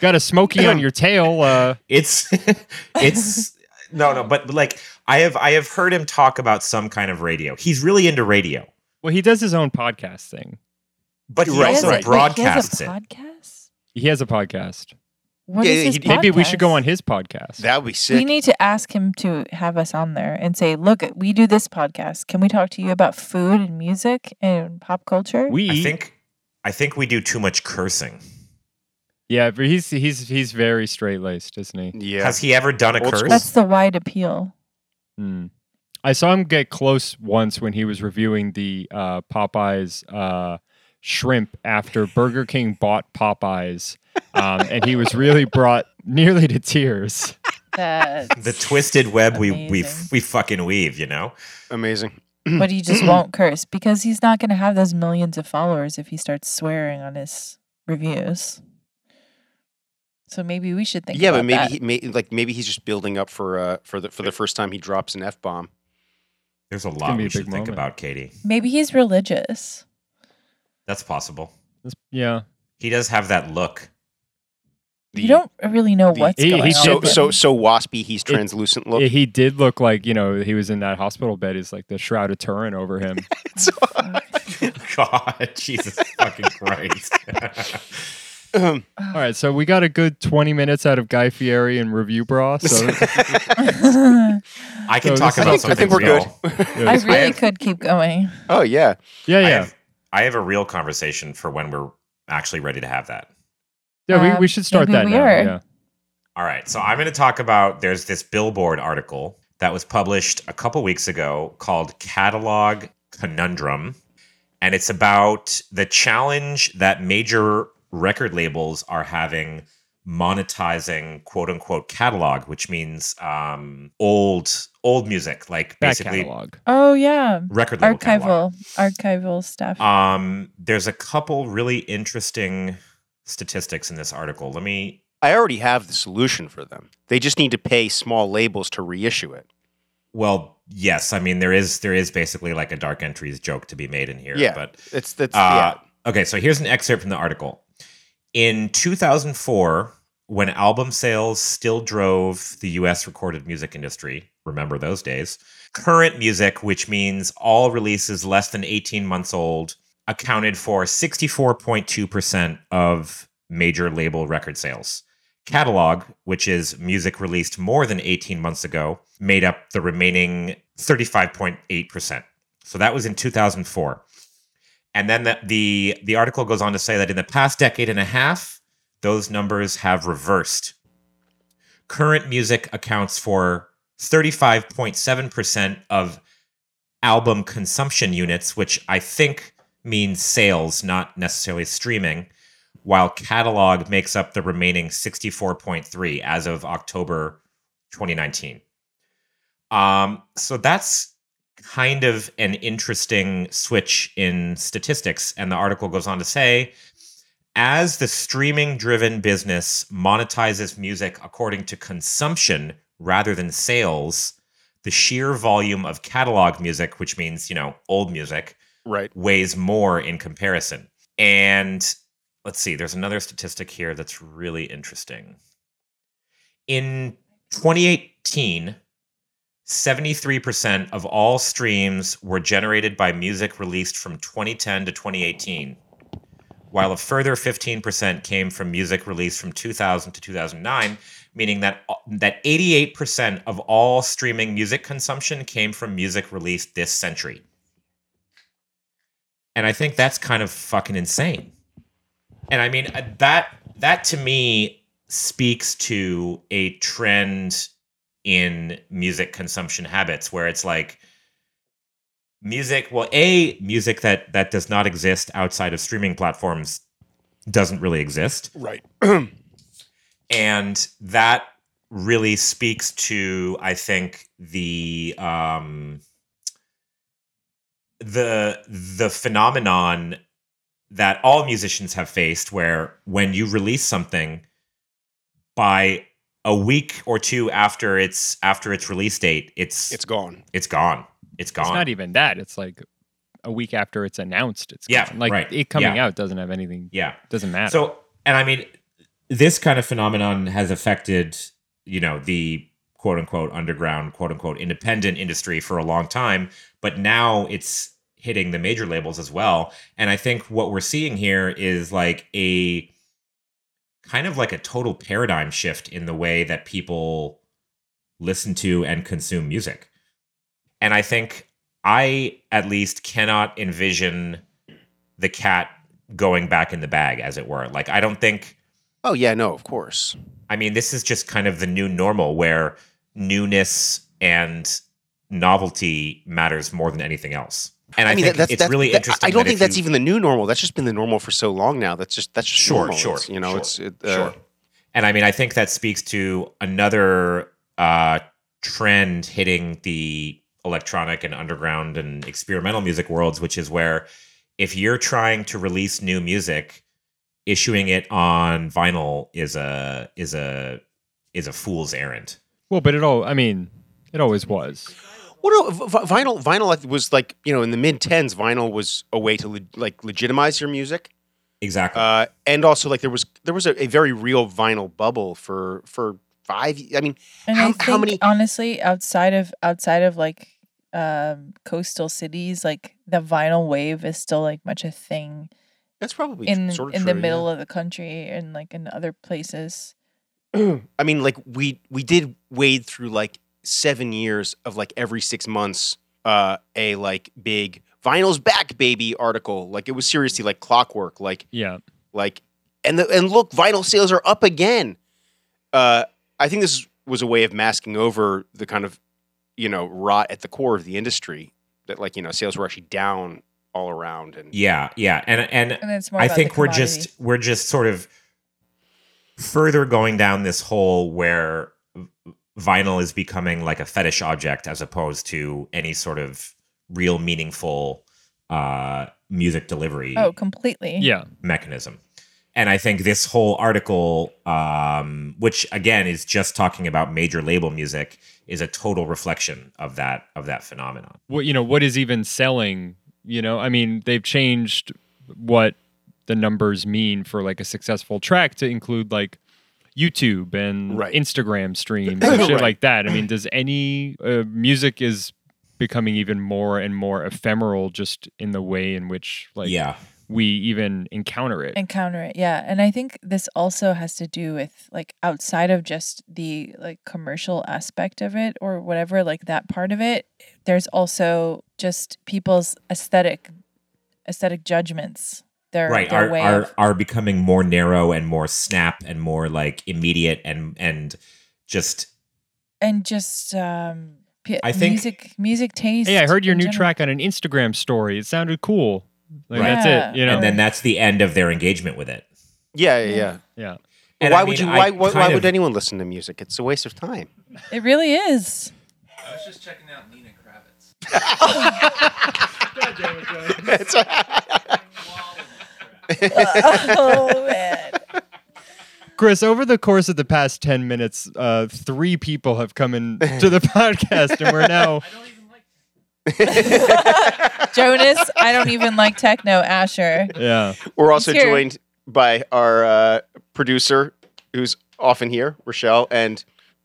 Speaker 3: got a smoky on your tail. Uh,
Speaker 4: it's it's no no, but like I have I have heard him talk about some kind of radio. He's really into radio,
Speaker 3: well, he does his own podcast thing.
Speaker 4: but he
Speaker 2: Right,
Speaker 4: also
Speaker 2: right.
Speaker 4: broadcasts
Speaker 1: he
Speaker 4: it.
Speaker 1: has a podcast?
Speaker 3: He has a podcast.
Speaker 1: What
Speaker 2: Yeah,
Speaker 1: is his
Speaker 2: he-
Speaker 3: Maybe we should go
Speaker 1: podcast?
Speaker 3: on his podcast.
Speaker 2: That would be sick.
Speaker 1: We need to ask him to have us on there and say, "Look, we do this podcast. Can we talk to you about food and music and pop culture?"
Speaker 3: we
Speaker 4: I think I think we do too much cursing.
Speaker 3: yeah, but he's he's he's very straight laced, isn't he?
Speaker 2: yeah.
Speaker 4: Has he ever done a
Speaker 2: Old
Speaker 4: curse?
Speaker 2: school.
Speaker 1: That's the wide appeal.
Speaker 3: Hmm. I saw him get close once when he was reviewing the uh, Popeyes uh, shrimp after Burger King bought Popeyes, um, and he was really brought nearly to tears.
Speaker 1: That's
Speaker 4: the twisted web we we
Speaker 1: Amazing.
Speaker 4: we fucking weave, you know.
Speaker 2: Amazing.
Speaker 1: but he
Speaker 2: Mm.
Speaker 1: just won't curse because he's not going to have those millions of followers if he starts swearing on his reviews. So maybe we should think.
Speaker 2: yeah,
Speaker 1: about
Speaker 2: but maybe
Speaker 1: that.
Speaker 2: he, may, like maybe he's just building up for uh for the for the first time he drops an f bomb.
Speaker 4: There's a
Speaker 3: gonna
Speaker 4: lot
Speaker 3: be
Speaker 4: we
Speaker 3: a
Speaker 4: should
Speaker 3: big
Speaker 4: think
Speaker 3: moment.
Speaker 4: about, Katie.
Speaker 1: maybe he's religious.
Speaker 4: That's possible.
Speaker 3: That's, yeah.
Speaker 4: He does have that look.
Speaker 1: you don't really know
Speaker 2: the-
Speaker 1: what's
Speaker 3: He-
Speaker 1: going
Speaker 3: he
Speaker 1: on.
Speaker 2: so
Speaker 1: with
Speaker 2: so
Speaker 1: him.
Speaker 2: so waspy. He's translucent. look.
Speaker 3: yeah. He did look like, you know, he was in that hospital bed. He's like the Shroud of Turin over him.
Speaker 4: God, Jesus fucking Christ.
Speaker 2: Ahem.
Speaker 3: All right. So we got a good 20 minutes out of Guy Fieri and Review Bra. So
Speaker 4: I
Speaker 3: So
Speaker 4: can talk
Speaker 3: this is-
Speaker 4: about
Speaker 3: I think- I
Speaker 4: something.
Speaker 2: think we're
Speaker 4: real.
Speaker 2: good.
Speaker 1: I
Speaker 3: yeah,
Speaker 1: really
Speaker 4: have-
Speaker 1: could keep going.
Speaker 2: oh yeah.
Speaker 4: I
Speaker 3: yeah.
Speaker 4: have, I have a real conversation for when we're actually ready to have that.
Speaker 3: Yeah. We,
Speaker 1: Um,
Speaker 3: we should start
Speaker 1: maybe
Speaker 3: that
Speaker 1: we
Speaker 3: now.
Speaker 1: are.
Speaker 3: Yeah.
Speaker 4: All right. So I'm going to talk about there's this billboard article that was published a couple weeks ago called Catalog Conundrum. And it's about the challenge that major record labels are having monetizing quote unquote catalog, which means um, old old music, like
Speaker 3: Back
Speaker 4: basically
Speaker 3: catalog.
Speaker 1: Oh yeah,
Speaker 4: record label catalog.
Speaker 1: archival, archival stuff.
Speaker 2: Uh,
Speaker 4: Um, there's a couple really interesting statistics in this article. Let me
Speaker 2: I already have the solution for them. They just need to pay small labels to reissue it.
Speaker 4: well, yes, I mean there is there is basically like a dark entries joke to be made in here.
Speaker 2: Yeah.
Speaker 4: But
Speaker 2: It's that's
Speaker 4: uh,
Speaker 2: yeah.
Speaker 4: okay, so here's an excerpt from the article. In 2004, when album sales still drove the US recorded music industry, remember those days, current music, which means all releases less than 18 months old, accounted for 64.2% of major label record sales. Catalog, which is music released more than 18 months ago, made up the remaining 35.8%. So that was in 2004. And then the, the the article goes on to say that in the past decade and a half, those numbers have reversed. Current music accounts for 35.7% of album consumption units, which I think means sales, not necessarily streaming, while catalog makes up the remaining 64.3 as of October 2019. Um, so that's kind of an interesting switch in statistics. And the article goes on to say as the streaming driven business monetizes music according to consumption rather than sales, the sheer volume of catalog music, which means, you know, old music,
Speaker 2: Right.
Speaker 4: weighs more in comparison. And let's see, there's another statistic here that's really interesting. In 2018, 73% of all streams were generated by music released from 2010 to 2018, while a further 15% came from music released from 2000 to 2009, meaning that uh, that 88% of all streaming music consumption came from music released this century. And I think that's kind of fucking insane. And I mean uh, that that to me speaks to a trend in music consumption habits where it's like music well a music that that does not exist outside of streaming platforms doesn't really exist
Speaker 2: Right.
Speaker 4: and that really speaks to i think the um the the phenomenon that all musicians have faced where when you release something by a week or two after its after its release date it's
Speaker 2: it's gone.
Speaker 4: it's gone it's gone
Speaker 3: It's not even that. It's like a week after it's announced. It's
Speaker 4: Yeah,
Speaker 3: gone. like
Speaker 4: right.
Speaker 3: it coming
Speaker 4: Yeah.
Speaker 3: out doesn't have anything.
Speaker 4: yeah
Speaker 3: Doesn't matter.
Speaker 4: So, and I mean, this kind of phenomenon has affected, you know, the quote unquote underground, quote unquote independent industry for a long time, but now it's hitting the major labels as well. And I think what we're seeing here is like a kind of like a total paradigm shift in the way that people listen to and consume music. And I think I at least cannot envision the cat going back in the bag, as it were. Like, I don't think,
Speaker 2: Oh yeah, no, of course.
Speaker 4: I mean, this is just kind of the new normal where newness and novelty matters more than anything else. And I,
Speaker 2: mean,
Speaker 4: think
Speaker 2: that's,
Speaker 4: it's
Speaker 2: that's,
Speaker 4: really
Speaker 2: that-
Speaker 4: interesting.
Speaker 2: I don't
Speaker 4: that
Speaker 2: think
Speaker 4: if
Speaker 2: that's
Speaker 4: you-
Speaker 2: even the new normal. That's just been the normal for so long now. That's just that's just
Speaker 4: Sure,
Speaker 2: normal.
Speaker 4: sure,
Speaker 2: It's, you know,
Speaker 4: sure,
Speaker 2: it's it, uh,
Speaker 4: sure. And I mean, I think that speaks to another uh, trend hitting the electronic and underground and experimental music worlds, which is where if you're trying to release new music, issuing it on vinyl is a is a is a fool's errand.
Speaker 3: Well, but it all, I mean, it always was.
Speaker 2: Well, no, v- v- vinyl vinyl I think, was like you know in the mid tens, vinyl was a way to le- like legitimize your music,
Speaker 4: Exactly.
Speaker 2: uh, and also like there was there was a, a very real vinyl bubble for for five. I mean,
Speaker 1: And I
Speaker 2: How- how
Speaker 1: think,
Speaker 2: many-
Speaker 1: honestly outside of outside of like um coastal cities, like the vinyl wave is still like much a thing
Speaker 2: that's probably
Speaker 1: in
Speaker 2: sort of
Speaker 1: in the
Speaker 2: true, yeah.
Speaker 1: middle of the country and like in other places.
Speaker 2: I mean, like we we did wade through like seven years of like every six months uh, a like big vinyls back baby article. Like it was seriously like clockwork. Like
Speaker 3: Yeah.
Speaker 2: like and the, and look vinyl sales are up again uh i think this was a way of masking over the kind of you know rot at the core of the industry that like you know sales were actually down all around and
Speaker 4: yeah, yeah. And and
Speaker 1: And it's more
Speaker 4: I
Speaker 1: about
Speaker 4: think
Speaker 1: the
Speaker 4: we're just
Speaker 1: commodity.
Speaker 4: we're just sort of further going down this hole where v- vinyl is becoming like a fetish object as opposed to any sort of real meaningful uh music delivery
Speaker 1: Oh, completely.
Speaker 3: Yeah.
Speaker 4: mechanism. And I think this whole article, um, which again is just talking about major label music, is a total reflection of that of that phenomenon.
Speaker 3: What, you know, what is even selling? You know, I mean, they've changed what the numbers mean for like a successful track to include like YouTube and
Speaker 2: Right.
Speaker 3: Instagram streams and shit
Speaker 2: Right.
Speaker 3: like that. I mean, does any uh, music is becoming even more and more ephemeral just in the way in which like
Speaker 4: yeah,
Speaker 3: we even encounter it?
Speaker 1: encounter it yeah and i think this also has to do with like outside of just the like commercial aspect of it or whatever like that part of it there's also just people's aesthetic aesthetic judgments their,
Speaker 4: right.
Speaker 1: their
Speaker 4: Are,
Speaker 1: way
Speaker 4: are
Speaker 1: of,
Speaker 4: are becoming more narrow and more snap and more like immediate and and just
Speaker 1: and just um p-
Speaker 4: I think-
Speaker 1: music music taste
Speaker 3: Hey, I heard your
Speaker 1: in
Speaker 3: new
Speaker 1: general.
Speaker 3: track on an Instagram story. It sounded cool. Like,
Speaker 4: Right.
Speaker 3: That's it. You know,
Speaker 4: and then that's the end of their engagement with it.
Speaker 2: yeah yeah,
Speaker 1: Yeah.
Speaker 2: yeah.
Speaker 3: yeah.
Speaker 4: And
Speaker 2: why
Speaker 4: I
Speaker 2: would you
Speaker 4: mean,
Speaker 2: why
Speaker 4: I
Speaker 2: why, why
Speaker 4: kind
Speaker 2: would
Speaker 4: of-
Speaker 2: anyone listen to music it's a waste of time
Speaker 1: it really is
Speaker 2: It's a-
Speaker 1: oh man
Speaker 3: Chris, over the course of the past 10 minutes, uh, three people have come in to the podcast, and we're now.
Speaker 1: jonas i don't even like techno asher
Speaker 3: Yeah.
Speaker 2: we're also
Speaker 1: He's here.
Speaker 2: joined by our uh, producer who's often here rochelle and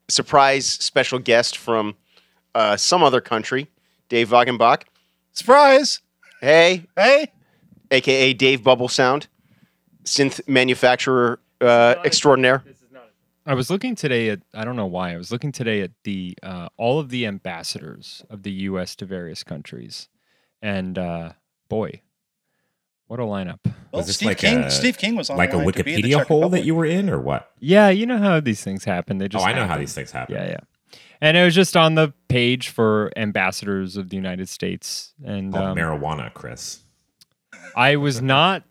Speaker 2: surprise special guest from uh, some other country dave wagenbach
Speaker 5: Surprise!
Speaker 2: hey
Speaker 5: Hey,
Speaker 2: aka Dave Bubble Sound, synth manufacturer uh, extraordinaire.
Speaker 3: I was looking today at, I don't know why, I was looking today at the uh, all of the ambassadors of the U.S. to various countries. And uh, boy, what a lineup.
Speaker 5: well,
Speaker 4: Was this
Speaker 5: Steve
Speaker 4: like
Speaker 5: King.
Speaker 4: a-
Speaker 5: Steve King was on
Speaker 4: like a
Speaker 5: the line to be at the
Speaker 4: Wikipedia
Speaker 5: Czech
Speaker 4: hole that
Speaker 5: Republic.
Speaker 4: you were in, or what?
Speaker 3: Yeah, you know how these things happen. They just
Speaker 4: oh, I know how
Speaker 3: happen.
Speaker 4: these things happen.
Speaker 3: Yeah, yeah. And it was just on the page for ambassadors of the United States. And um,
Speaker 4: Called marijuana, Chris.
Speaker 3: I was not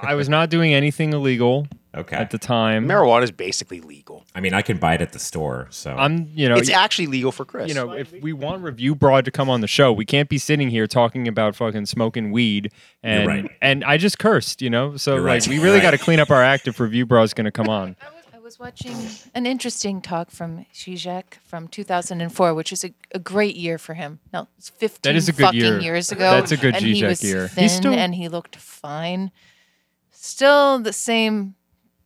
Speaker 3: I was not doing anything illegal
Speaker 4: Okay.
Speaker 3: at the time.
Speaker 2: Mm-hmm. Marijuana is basically legal.
Speaker 4: I mean, I can buy it at the store. So
Speaker 3: I'm you know
Speaker 2: it's actually legal for Chris.
Speaker 3: you know, if we want review broad to come on the show, we can't be sitting here talking about fucking smoking weed and
Speaker 4: right.
Speaker 3: and I just cursed, you know. So
Speaker 4: You're
Speaker 3: like
Speaker 4: right.
Speaker 3: we really
Speaker 4: Right.
Speaker 3: got to clean up our act if review broad is going to come on.
Speaker 6: I was watching an interesting talk from Zizek from 2004, which is a, a great year for him. No, it's 15
Speaker 3: That is a good
Speaker 6: fucking
Speaker 3: year.
Speaker 6: years ago.
Speaker 3: That's a good
Speaker 6: and he
Speaker 3: Zizek
Speaker 6: was
Speaker 3: year.
Speaker 6: Thin
Speaker 3: He's still-
Speaker 6: and he looked fine. Still the same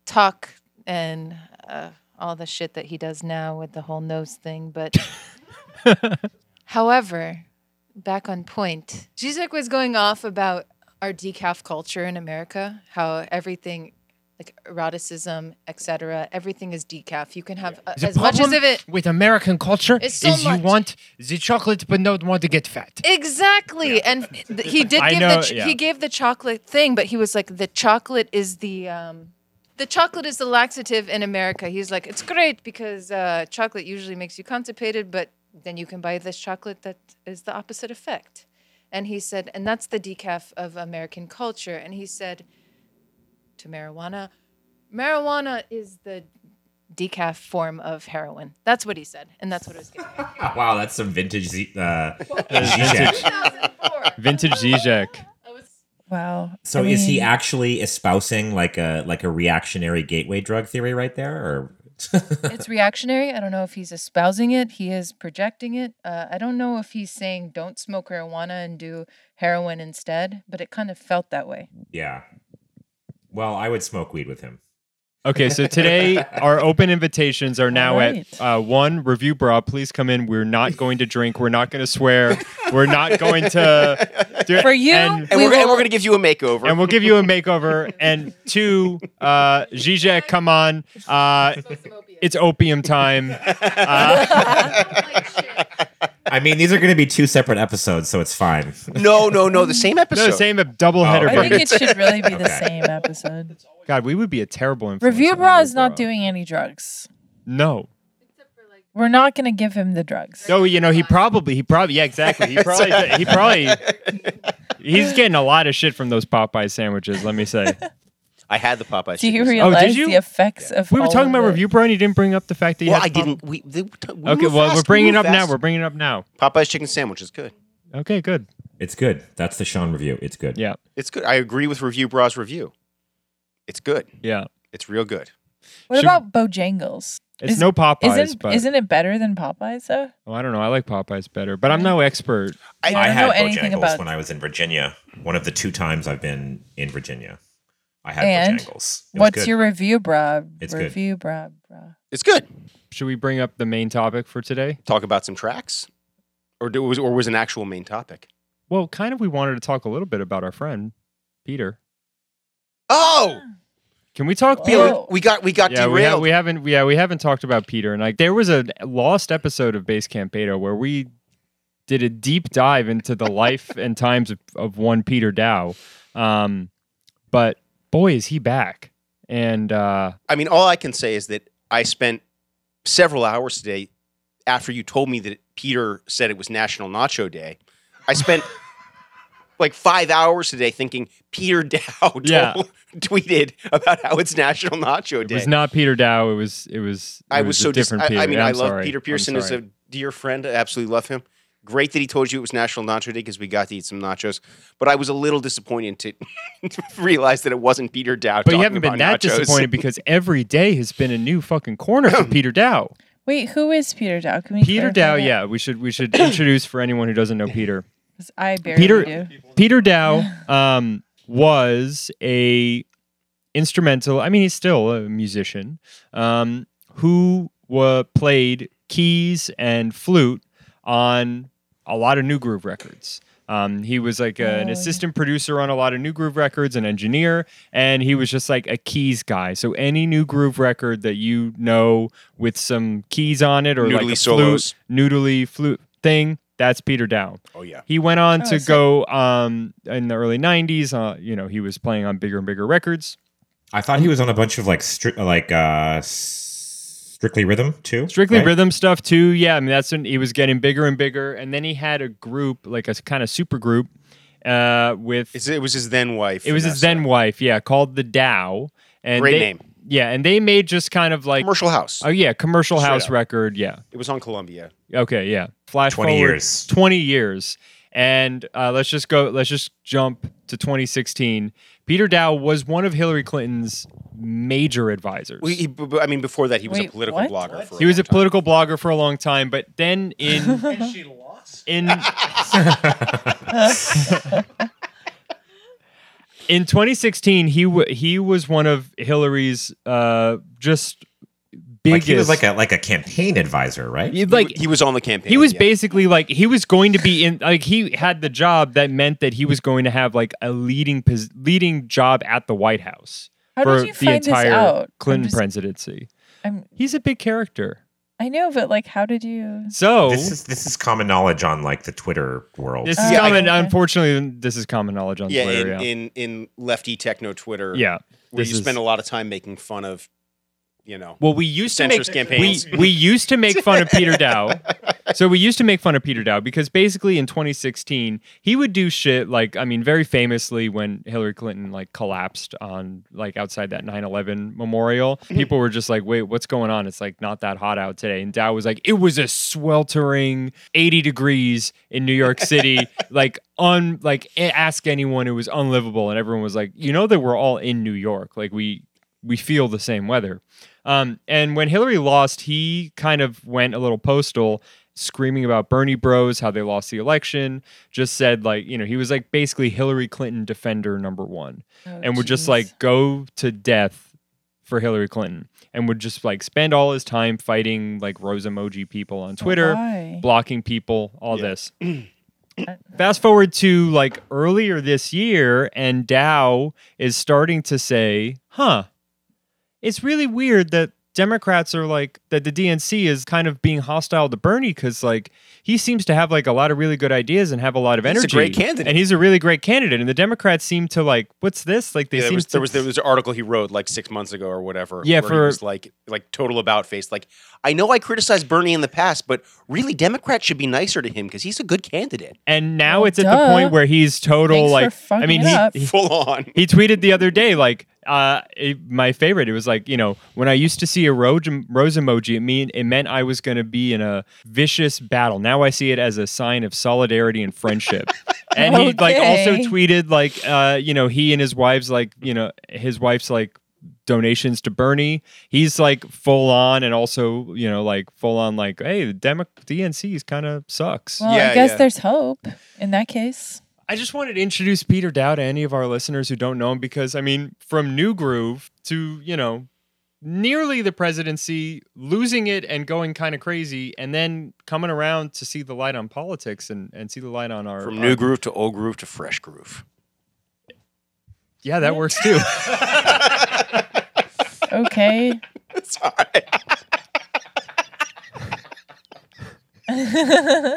Speaker 6: talk and uh, all the shit that he does now with the whole nose thing. But however, back on point, Zizek was going off about our decaf culture in America, how everything like eroticism, etc. Everything is decaf. You can have uh,
Speaker 7: The
Speaker 6: as much as
Speaker 7: problem
Speaker 6: of it.
Speaker 7: with American culture
Speaker 6: It's so
Speaker 7: is
Speaker 6: much.
Speaker 7: you want the chocolate but not want to get fat.
Speaker 6: Exactly, and th- he did
Speaker 3: I
Speaker 6: give
Speaker 3: know,
Speaker 6: the ch-
Speaker 3: yeah.
Speaker 6: he gave the chocolate thing, but he was like the chocolate is the um, the chocolate is the laxative in America. He's like it's great because uh, chocolate usually makes you constipated, but then you can buy this chocolate that is the opposite effect. And he said, and that's the decaf of American culture. And he said to marijuana, marijuana is the decaf form of heroin. That's what he said, and that's what it was getting. at.
Speaker 4: wow, that's some vintage. Z- Uh, Zizek.
Speaker 3: vintage,
Speaker 6: 2004.
Speaker 3: vintage Zizek.
Speaker 6: I was-
Speaker 1: Wow.
Speaker 4: so
Speaker 1: I
Speaker 4: is he
Speaker 1: mean,
Speaker 4: actually espousing like a like a reactionary gateway drug theory right there, or
Speaker 6: It's reactionary. I don't know if he's espousing it. He is projecting it. Uh, I don't know if he's saying don't smoke marijuana and do heroin instead, but it kind of felt that way.
Speaker 4: yeah? Well, I would smoke weed with him.
Speaker 3: Okay, so today our open invitations are now
Speaker 1: Alright.
Speaker 3: at uh, one review bra. Please come in. We're not going to drink. We're not going to swear. We're not going to do
Speaker 1: For you,
Speaker 3: And,
Speaker 1: We
Speaker 2: And we are and
Speaker 1: will-
Speaker 2: we're going to give you a makeover.
Speaker 3: and we'll give you a makeover. And two, uh, Zizek, come on. Uh, it's opium time. Uh,
Speaker 4: I mean, these are going to be two separate episodes, so it's fine.
Speaker 2: no, no, no. The same episode.
Speaker 3: No, same double header.
Speaker 4: Oh,
Speaker 1: I think it should really be the
Speaker 4: Okay.
Speaker 1: same episode.
Speaker 3: God, we would be a terrible influence.
Speaker 1: Review
Speaker 3: on
Speaker 1: Bra
Speaker 3: Review
Speaker 1: is not
Speaker 3: Bra.
Speaker 1: doing any drugs.
Speaker 3: No.
Speaker 1: We're not going to give him the drugs.
Speaker 3: No, you know he probably he probably yeah exactly he probably he probably he's getting a lot of shit from those Popeye sandwiches. Let me say.
Speaker 2: I had the Popeye.
Speaker 1: Do you
Speaker 2: sequence.
Speaker 1: realize
Speaker 3: Oh, you?
Speaker 1: the effects of?
Speaker 3: We were
Speaker 1: all
Speaker 3: talking
Speaker 1: of
Speaker 3: about
Speaker 1: it?
Speaker 3: review, bro, and you didn't bring up the fact that you
Speaker 2: Well,
Speaker 3: had
Speaker 2: I
Speaker 3: Pop-
Speaker 2: didn't. We, they, we
Speaker 3: Okay,
Speaker 2: move
Speaker 3: well,
Speaker 2: fast,
Speaker 3: we're bringing it
Speaker 2: move
Speaker 3: up now.
Speaker 2: fast.
Speaker 3: We're bringing it up now.
Speaker 2: Popeye's chicken sandwich is good.
Speaker 3: Okay, good.
Speaker 4: It's good. That's the Sean review. It's good.
Speaker 3: Yeah,
Speaker 2: It's good. I agree with Review Bra's review. It's good.
Speaker 3: yeah.
Speaker 2: It's real good.
Speaker 1: What
Speaker 3: Should-
Speaker 1: about Bojangles?
Speaker 3: It's
Speaker 1: Is-
Speaker 3: no Popeyes,
Speaker 1: isn't
Speaker 3: but
Speaker 1: isn't it better than Popeyes though?
Speaker 3: oh, I don't know. I like Popeyes better, but I'm no expert.
Speaker 2: I-
Speaker 1: Yeah,
Speaker 4: I,
Speaker 1: don't
Speaker 4: had
Speaker 1: know anything
Speaker 4: Bojangles
Speaker 1: about.
Speaker 4: when I was in Virginia. One of the two times I've been in Virginia, I had
Speaker 1: And?
Speaker 4: Bojangles. It was
Speaker 1: What's
Speaker 4: good.
Speaker 1: your review, bruh?
Speaker 4: It's good.
Speaker 1: review, bruh, bruh.
Speaker 2: It's good.
Speaker 3: Should we bring up the main topic for today?
Speaker 2: Talk about some tracks, or do, was or was an actual main topic?
Speaker 3: Well, kind of. We wanted to talk a little bit about our friend Peter.
Speaker 2: Oh,
Speaker 3: Can we talk
Speaker 1: Peter?
Speaker 3: Peter?
Speaker 1: Whoa.
Speaker 2: we got we got
Speaker 3: Yeah, we, ha-
Speaker 2: derailed.
Speaker 3: we haven't. Yeah, we haven't talked about Peter. And like, there was a lost episode of Basecamp Beta where we did a deep dive into the life and times of, of one Peter Dow. Um, but boy, is he back! And uh,
Speaker 2: I mean, all I can say is that I spent several hours today after you told me that Peter said it was National Nacho Day. I spent like five hours today thinking Peter Dow told,
Speaker 3: Yeah.
Speaker 2: tweeted about how it's National Nacho
Speaker 3: it
Speaker 2: Day.
Speaker 3: was not Peter Dow. It was. It was. it
Speaker 2: Oh, I was,
Speaker 3: a
Speaker 2: so dis-
Speaker 3: different.
Speaker 2: I-
Speaker 3: Peter.
Speaker 2: I, mean,
Speaker 3: i
Speaker 2: i love Peter Pearson as a dear friend. I absolutely love him. Great that he told you it was National Nacho Day because we got to eat some nachos. But I was a little disappointed to, to realize that it wasn't Peter Dow.
Speaker 3: But you
Speaker 2: talking
Speaker 3: haven't been
Speaker 2: about
Speaker 3: that
Speaker 2: nachos.
Speaker 3: disappointed because every day has been a new fucking corner for Peter Dow.
Speaker 1: Wait, who is Peter Dow? Can we
Speaker 3: Peter
Speaker 1: clarify
Speaker 3: Dow,
Speaker 1: that?
Speaker 3: yeah, we should we should introduce for anyone who doesn't know Peter.
Speaker 1: 'Cause I barely
Speaker 3: Peter
Speaker 1: do.
Speaker 3: Peter Dow um, was a instrumental. I mean, he's still a musician um, who wa played keys and flute on a lot of New Groove records. Um, he was like a- an
Speaker 1: Oh, yeah.
Speaker 3: assistant producer on a lot of New Groove records, an engineer, and he was just like a keys guy. So any New Groove record that you know with some keys on it or like
Speaker 2: Noodly
Speaker 3: a
Speaker 2: solos.
Speaker 3: flute, noodly flute thing, that's Peter Dow.
Speaker 2: Oh yeah.
Speaker 3: He went on
Speaker 1: Oh,
Speaker 3: to
Speaker 1: sick.
Speaker 3: go um, in the early '90s. Uh, you know, he was playing on bigger and bigger records.
Speaker 4: I thought he was on a bunch of like stri- like uh s- strictly rhythm too.
Speaker 3: Strictly
Speaker 4: right?
Speaker 3: rhythm stuff too. Yeah, I mean that's when he was getting bigger and bigger. And then he had a group, like a kind of super group, uh, with
Speaker 2: It's, it was his then wife.
Speaker 3: it was his
Speaker 2: Vanessa.
Speaker 3: then wife. Yeah, called the Dow. And
Speaker 2: Great
Speaker 3: they-
Speaker 2: name.
Speaker 3: Yeah, and they made just kind of like
Speaker 2: commercial house.
Speaker 3: oh yeah, commercial
Speaker 2: Straight
Speaker 3: house
Speaker 2: up.
Speaker 3: record. Yeah.
Speaker 2: It was on Columbia.
Speaker 3: Okay, yeah. Flash
Speaker 4: 20
Speaker 3: forward
Speaker 4: years.
Speaker 3: 20 years. And uh, let's just go, let's just jump to 2016. Peter Dow was one of Hillary Clinton's major advisors.
Speaker 2: We, he, b- b- I mean, before that, he was a
Speaker 1: Wait,
Speaker 2: political
Speaker 1: what?
Speaker 2: blogger. For
Speaker 3: he was a
Speaker 2: long
Speaker 3: political blogger for a long time, but then in. and she lost? In. in 2016, he, w- he was one of Hillary's uh, just
Speaker 4: Like
Speaker 3: biggest.
Speaker 4: he was like a like a campaign advisor, right?
Speaker 3: You'd
Speaker 2: time.
Speaker 3: like
Speaker 2: He, w- he was on the campaign.
Speaker 3: he was
Speaker 2: yeah.
Speaker 3: basically like he was going to be in like he had the job that meant that he was going to have like a leading pos- leading job at the White House
Speaker 1: How
Speaker 3: for
Speaker 1: did you
Speaker 3: the
Speaker 1: find this
Speaker 3: entire
Speaker 1: out? I'm
Speaker 3: Clinton
Speaker 1: just-
Speaker 3: presidency.
Speaker 1: I'm-
Speaker 3: He's a big character.
Speaker 1: I know, but like, how did you?
Speaker 3: So
Speaker 4: This is this is common knowledge on like the Twitter world.
Speaker 3: this is
Speaker 2: Yeah, I-
Speaker 3: common.
Speaker 1: Okay.
Speaker 3: Unfortunately, this is common knowledge on
Speaker 2: yeah,
Speaker 3: Twitter. yeah.
Speaker 2: in, in in lefty techno Twitter.
Speaker 3: yeah,
Speaker 2: where
Speaker 3: this
Speaker 2: you
Speaker 3: is-
Speaker 2: spend a lot of time making fun of, you know,
Speaker 3: Well, we used to make
Speaker 2: centrist
Speaker 3: we,
Speaker 2: campaigns.
Speaker 3: we used to make fun of Peter Dow, so we used to make fun of Peter Dow because basically in 2016 he would do shit like I mean very famously when Hillary Clinton like collapsed on like outside that 9/11 memorial people were just like wait what's going on it's like not that hot out today and Dow was like it was a sweltering 80 degrees in New York City like un like a- ask anyone it was unlivable and everyone was like you know that we're all in New York like we we feel the same weather. Um, and when Hillary lost, he kind of went a little postal, screaming about Bernie Bros, how they lost the election. Just said like, you know, he was like basically Hillary Clinton defender number one, and would just like go to death for Hillary Clinton, and would just like spend all his time fighting like rose emoji people on Twitter
Speaker 1: Why?
Speaker 3: blocking people, all this. Fast forward to like earlier this year, and Dow is starting to say, huh, it's really weird that Democrats are like, that the DNC is kind of being hostile to Bernie because like he seems to have like a lot of really good ideas and have a lot of
Speaker 2: He's a
Speaker 3: energy.
Speaker 2: great candidate.
Speaker 3: And he's a really great candidate. And the Democrats seem to like, what's this? Like they
Speaker 2: Yeah, there,
Speaker 3: seem
Speaker 2: was,
Speaker 3: to.
Speaker 2: there was there was an article he wrote like six months ago or whatever.
Speaker 3: Yeah,
Speaker 2: where he
Speaker 3: for-
Speaker 2: was like like total about face. Like I know I criticized Bernie in the past, but really Democrats should be nicer to him because he's a good candidate.
Speaker 3: and now
Speaker 1: Well,
Speaker 3: it's at the
Speaker 1: duh.
Speaker 3: point where he's total
Speaker 1: Thanks for
Speaker 3: like, I
Speaker 1: fucking
Speaker 3: mean,
Speaker 1: it
Speaker 3: he,
Speaker 1: up.
Speaker 2: Full on.
Speaker 3: he tweeted the other day like uh, it- my favorite it was like you know when i used to see a ro- rose emoji it mean it meant i was going to be in a vicious battle now i see it as a sign of solidarity and friendship and he like also
Speaker 1: Okay.
Speaker 3: tweeted like uh, you know he and his wife's like you know his wife's like donations to bernie he's like full on and also you know like full on like hey the Demo- dnc kind of sucks
Speaker 1: Well,
Speaker 2: Yeah,
Speaker 1: I guess
Speaker 2: yeah.
Speaker 1: there's hope in that case.
Speaker 3: I just wanted to introduce Peter Dow to any of our listeners who don't know him because, I mean, from New Groove to, you know, nearly the presidency, losing it and going kind of crazy, and then coming around to see the light on politics and, and see the light on our.
Speaker 2: From
Speaker 3: our-
Speaker 2: new groove to old groove to fresh groove.
Speaker 3: Yeah, that works too.
Speaker 1: Okay.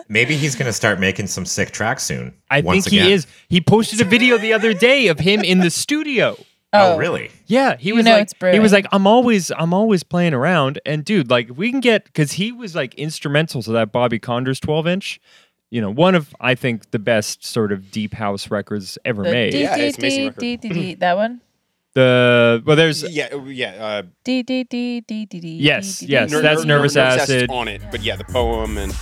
Speaker 4: Maybe he's going to start making some sick tracks soon.
Speaker 3: I
Speaker 4: once
Speaker 3: think he
Speaker 4: again.
Speaker 3: is. He posted a video the other day of him in the studio.
Speaker 4: Oh, really?
Speaker 3: Yeah, he
Speaker 1: You
Speaker 3: was
Speaker 1: know
Speaker 3: like
Speaker 1: it's brewing.
Speaker 3: he was like I'm always I'm always playing around and dude like if we can get cuz he was like instrumental to that Bobby Condors 12 inch. You know, one of I think the best sort of deep house records ever
Speaker 1: The
Speaker 3: made.
Speaker 1: dee-
Speaker 2: Yeah,
Speaker 1: dee-
Speaker 2: it's Mason
Speaker 1: dee-
Speaker 2: Rucker.
Speaker 1: dee- dee- dee. That one.
Speaker 3: The well there's
Speaker 2: Yeah, uh, yeah.
Speaker 1: Dee dee dee dee dee dee.
Speaker 3: Yes,
Speaker 1: dee, dee,
Speaker 3: yes,
Speaker 1: dee,
Speaker 3: that's
Speaker 1: dee.
Speaker 3: ner- nervous
Speaker 2: acid's
Speaker 3: acid.
Speaker 2: on it, but yeah, the poem and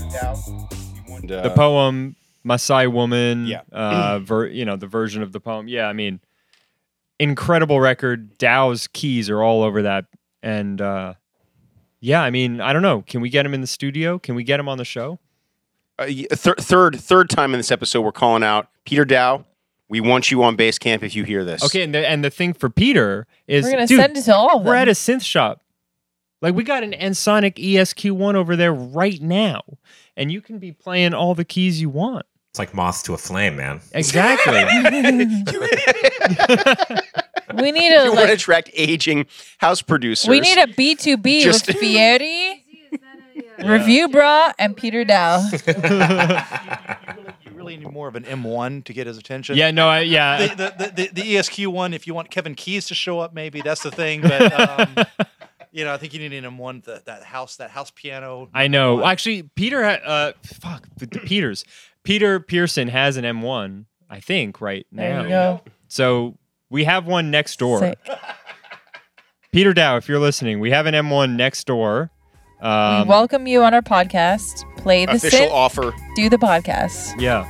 Speaker 2: and, uh,
Speaker 3: the poem Maasai woman
Speaker 2: Yeah.
Speaker 3: uh ver, you know the version of the poem. Yeah, I mean incredible record. Dow's keys are all over that and uh yeah, I mean, I don't know. Can we get him in the studio? Can we get him on the show?
Speaker 2: uh, y- thir- third third time in this episode we're calling out Peter Dow. We want you on Basecamp if you hear this.
Speaker 3: Okay, and the, and the thing for Peter is
Speaker 1: We're gonna
Speaker 3: dude,
Speaker 1: send it to all of them.
Speaker 3: we're at a synth shop. Like we got an E Ensonic ESQ1 over there right now, and you can be playing all the keys you want.
Speaker 4: It's like moth to a flame, man.
Speaker 3: Exactly.
Speaker 1: we need a
Speaker 2: You want to
Speaker 1: like,
Speaker 2: attract aging house producers.
Speaker 1: we need a B two B with
Speaker 2: Just-
Speaker 1: Fieri, Review Bra, and Peter Dow.
Speaker 5: You really need more of an M1 to get his attention.
Speaker 3: yeah, no, I,
Speaker 5: The,
Speaker 3: yeah.
Speaker 5: the, the, the, the ESQ one, if you want Kevin Keys to show up, maybe that's the thing. But um, you know, I think you need an M1 that that house that house piano.
Speaker 3: I know. Actually, Peter, ha- uh, fuck, the, the Peters. Peter Pearson has an M1, I think, right now.
Speaker 1: There you go.
Speaker 3: So we have one next door.
Speaker 1: Sick.
Speaker 3: Peter Dow, if you're listening, we have an M1 next door. Um,
Speaker 1: we welcome you on our podcast. Play the
Speaker 2: official
Speaker 1: sit,
Speaker 2: offer.
Speaker 1: do the podcast.
Speaker 3: yeah.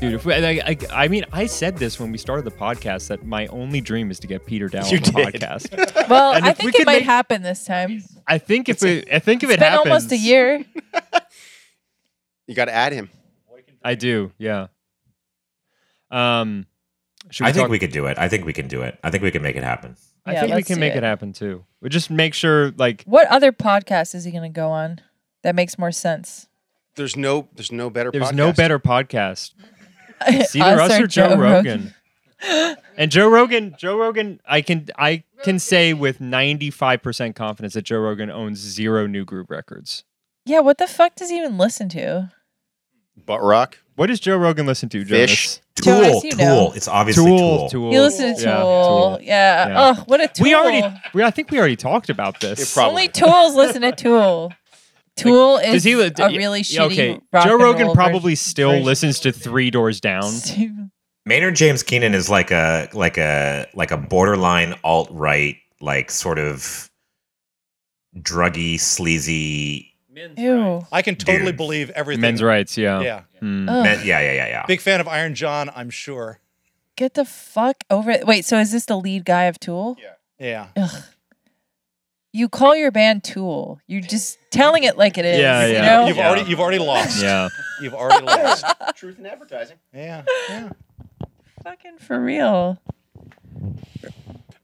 Speaker 3: Dude, if we, I, I, I mean, I said this when we started the podcast that my only dream is to get Peter Dow
Speaker 2: You
Speaker 3: on the
Speaker 2: did.
Speaker 3: podcast.
Speaker 1: Well,
Speaker 3: And
Speaker 1: I
Speaker 3: if we
Speaker 1: think it
Speaker 3: could
Speaker 1: might
Speaker 3: make-
Speaker 1: happen this time.
Speaker 3: I think if it, I think if it
Speaker 1: It's been
Speaker 3: happens,
Speaker 1: almost a year.
Speaker 2: You got to add him.
Speaker 3: I do, yeah. Um, Should
Speaker 4: I think
Speaker 3: talk-
Speaker 4: we could do it. I think we can do it. I think we can make it happen.
Speaker 3: I
Speaker 1: Yeah,
Speaker 3: think we
Speaker 1: let's
Speaker 3: can
Speaker 1: do
Speaker 3: make
Speaker 1: it.
Speaker 3: it. happen too. We just make sure like
Speaker 1: What other podcast is he going to go on that makes more sense?
Speaker 2: There's no there's no better
Speaker 3: there's no
Speaker 2: podcast.
Speaker 3: better podcast. It's either us, or Joe, Rogan. and Joe Rogan, Joe Rogan, I can I can say with 95% confidence that Joe Rogan owns zero new group records.
Speaker 1: Yeah, what the fuck does he even listen to?
Speaker 2: butt rock.
Speaker 3: What does Joe Rogan listen to,
Speaker 2: Fish.
Speaker 3: Jonas?
Speaker 1: Joe,
Speaker 4: Tool,
Speaker 1: as you
Speaker 4: tool.
Speaker 1: know-
Speaker 4: It's obviously tool.
Speaker 3: Tool.
Speaker 1: He listened to
Speaker 3: Yeah,
Speaker 1: Tool. Yeah.
Speaker 3: Yeah.
Speaker 1: Oh, what a tool.
Speaker 3: We already we, I think we already talked about
Speaker 2: It
Speaker 3: this.
Speaker 2: probably-
Speaker 1: Only tools listen to Tool. Tool is
Speaker 3: Does he li-
Speaker 1: a really shitty.
Speaker 3: Okay,
Speaker 1: rock
Speaker 3: Joe
Speaker 1: and
Speaker 3: Rogan
Speaker 1: roll
Speaker 3: probably still
Speaker 1: version.
Speaker 3: listens to Three Doors Down.
Speaker 1: version.
Speaker 4: Maynard James Keenan is like a like a like a borderline alt right, like sort of druggy, sleazy.
Speaker 1: Ew.
Speaker 5: I can totally
Speaker 4: Dude.
Speaker 5: believe everything.
Speaker 3: Men's rights, yeah.
Speaker 5: Yeah.
Speaker 3: Hmm.
Speaker 1: Ugh.
Speaker 4: Man, yeah, yeah, yeah, yeah.
Speaker 5: Big fan of Iron John, I'm sure.
Speaker 1: Get the fuck over it. Wait, so is this the lead guy of Tool?
Speaker 5: Yeah.
Speaker 1: Ugh. You call your band Tool. You're just telling it like it is.
Speaker 3: Yeah,
Speaker 1: you
Speaker 3: yeah.
Speaker 1: know?
Speaker 5: You've already you've already lost.
Speaker 3: Yeah.
Speaker 5: You've already lost.
Speaker 2: Truth in advertising.
Speaker 5: Yeah. Yeah.
Speaker 1: Fucking for real.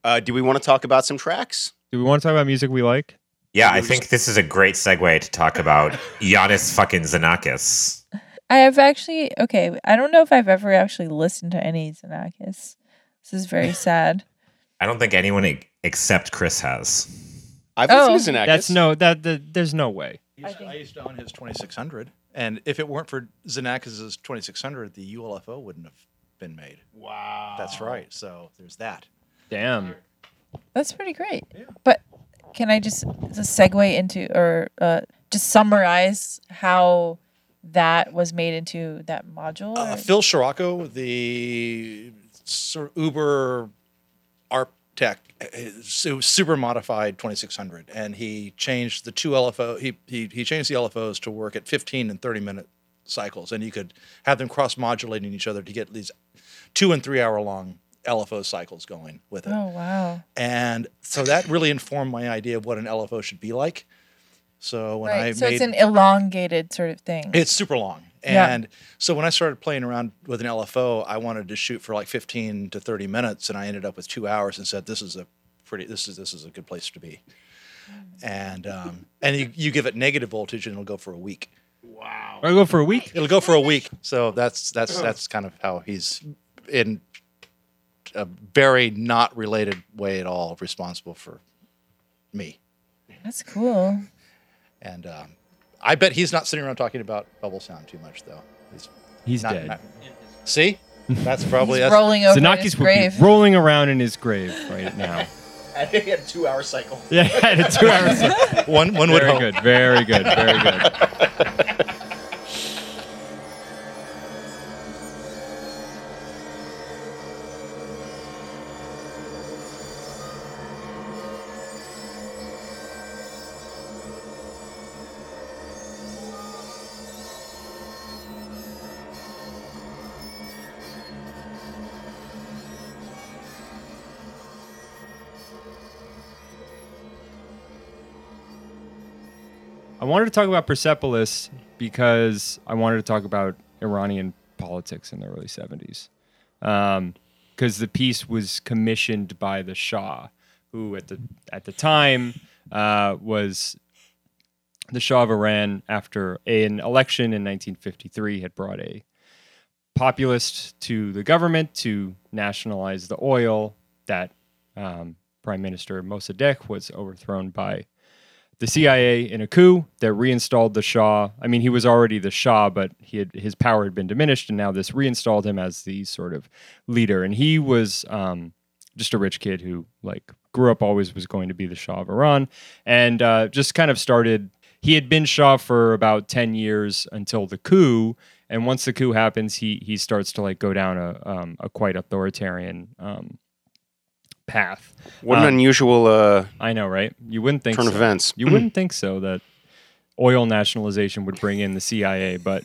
Speaker 2: Uh, do we want to talk about some tracks?
Speaker 3: Do we want to talk about music we like?
Speaker 4: Yeah, I think this is a great segue to talk about Giannis fucking Xenakis.
Speaker 1: I have actually okay. I don't know if I've ever actually listened to any Xenakis. This is very sad.
Speaker 4: I don't think anyone e- except Chris has.
Speaker 2: I've
Speaker 1: Oh.
Speaker 2: listened to Xenakis.
Speaker 3: That's no that, that there's no way.
Speaker 5: I used, I used to own his 2600, and if it weren't for Xenakis' 2600, the ULFO wouldn't have been made. Wow. That's right. So there's that.
Speaker 3: Damn.
Speaker 1: That's pretty great. But can I just, just segue into or uh, just summarize how that was made into that module?
Speaker 5: Uh,
Speaker 1: or-
Speaker 5: Phil Scirocco, the sort of Uber ARP tech, uh, su- super modified 2600, and he changed the two LFO. He, he he changed the LFOs to work at 15 and 30 minute cycles, and you could have them cross modulating each other to get these two and three hour long LFO cycles going with it.
Speaker 1: oh wow!
Speaker 5: And so that really informed my idea of what an LFO should be like. So when I
Speaker 1: right, so
Speaker 5: made
Speaker 1: it's an elongated sort of thing.
Speaker 5: it's super long.
Speaker 1: Yeah.
Speaker 5: And so when I started playing around with an LFO, I wanted to shoot for like 15 to 30 minutes and I ended up with 2 hours and said this is a pretty this is this is a good place to be. And um, and you, you give it negative voltage and it'll go for a week.
Speaker 3: I go for a week.
Speaker 5: It'll go for a week. So that's that's that's kind of how he's in a very not related way at all responsible for me.
Speaker 1: That's cool.
Speaker 5: And um, I bet he's not sitting around talking about bubble sound too much though. He's
Speaker 3: He's
Speaker 5: not,
Speaker 3: dead.
Speaker 5: not- see, that's probably
Speaker 1: He's
Speaker 5: that's,
Speaker 1: rolling over in his
Speaker 3: Zanakis would
Speaker 1: grave.
Speaker 3: be rolling around in his grave right now.
Speaker 2: I think he had a two-hour cycle.
Speaker 3: yeah, had a two hours.
Speaker 5: one. One would
Speaker 3: Very
Speaker 5: hope.
Speaker 3: good. Very good. Very good. I wanted to talk about Persepolis because I wanted to talk about Iranian politics in the early 70s. Because the piece was commissioned by the Shah, who at the, at the time uh, was the Shah of Iran after an election in 1953 had brought a populist to the government to nationalize the oil that um, Prime Minister Mossadegh was overthrown by the CIA in a coup that reinstalled the Shah. I mean, he was already the Shah, but he had, his power had been diminished, and now this reinstalled him as the sort of leader. And he was um, just a rich kid who, like, grew up always was going to be the Shah of Iran, and uh, just kind of started. He had been Shah for about ten years until the coup, and once the coup happens, he he starts to like go down a um, a quite authoritarian um, path.
Speaker 2: What an
Speaker 3: Um,
Speaker 2: unusual uh,
Speaker 3: I know, right? You wouldn't think
Speaker 2: turn
Speaker 3: so.
Speaker 2: of events.
Speaker 3: You wouldn't think so that oil nationalization would bring in the CIA, but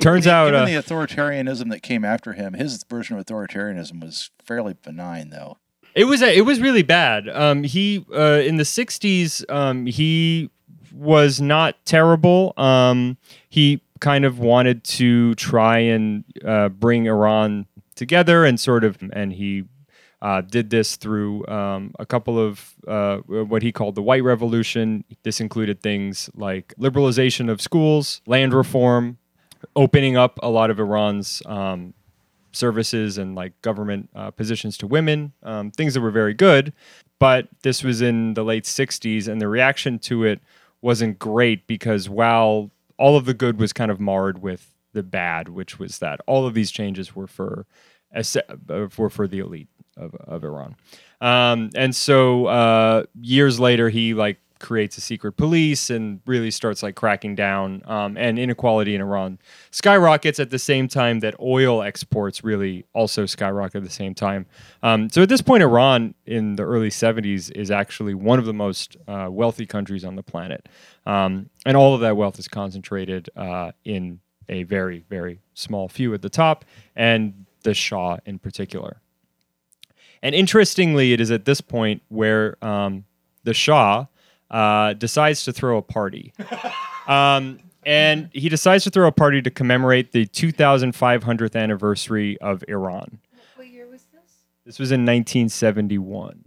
Speaker 3: turns out
Speaker 8: Given
Speaker 3: uh,
Speaker 8: the authoritarianism that came after him, his version of authoritarianism was fairly benign, though.
Speaker 3: it was it was really bad. Um, he uh, in the '60s um, he was not terrible. Um, he kind of wanted to try and uh, bring Iran together and sort of and he uh, did this through um, a couple of uh, what he called the white revolution. This included things like liberalization of schools, land reform, opening up a lot of Iran's um, services and like government uh, positions to women, um, things that were very good. But this was in the late 60s, and the reaction to it wasn't great because while all of the good was kind of marred with the bad, which was that all of these changes were for as- uh, were for the elite of, of Iran. Um, and so uh, years later, he like creates a secret police and really starts like cracking down. Um, and inequality in Iran skyrockets at the same time that oil exports really also skyrocket at the same time. Um, so at this point, Iran in the early 70s is actually one of the most uh, wealthy countries on the planet. Um, and all of that wealth is concentrated uh, in a very, very small few at the top and the Shah in particular. And interestingly, it is at this point where um, the Shah uh, decides to throw a party. um, and he decides to throw a party to commemorate the 2,500th anniversary of Iran.
Speaker 6: What year was this?
Speaker 3: This was in 1971,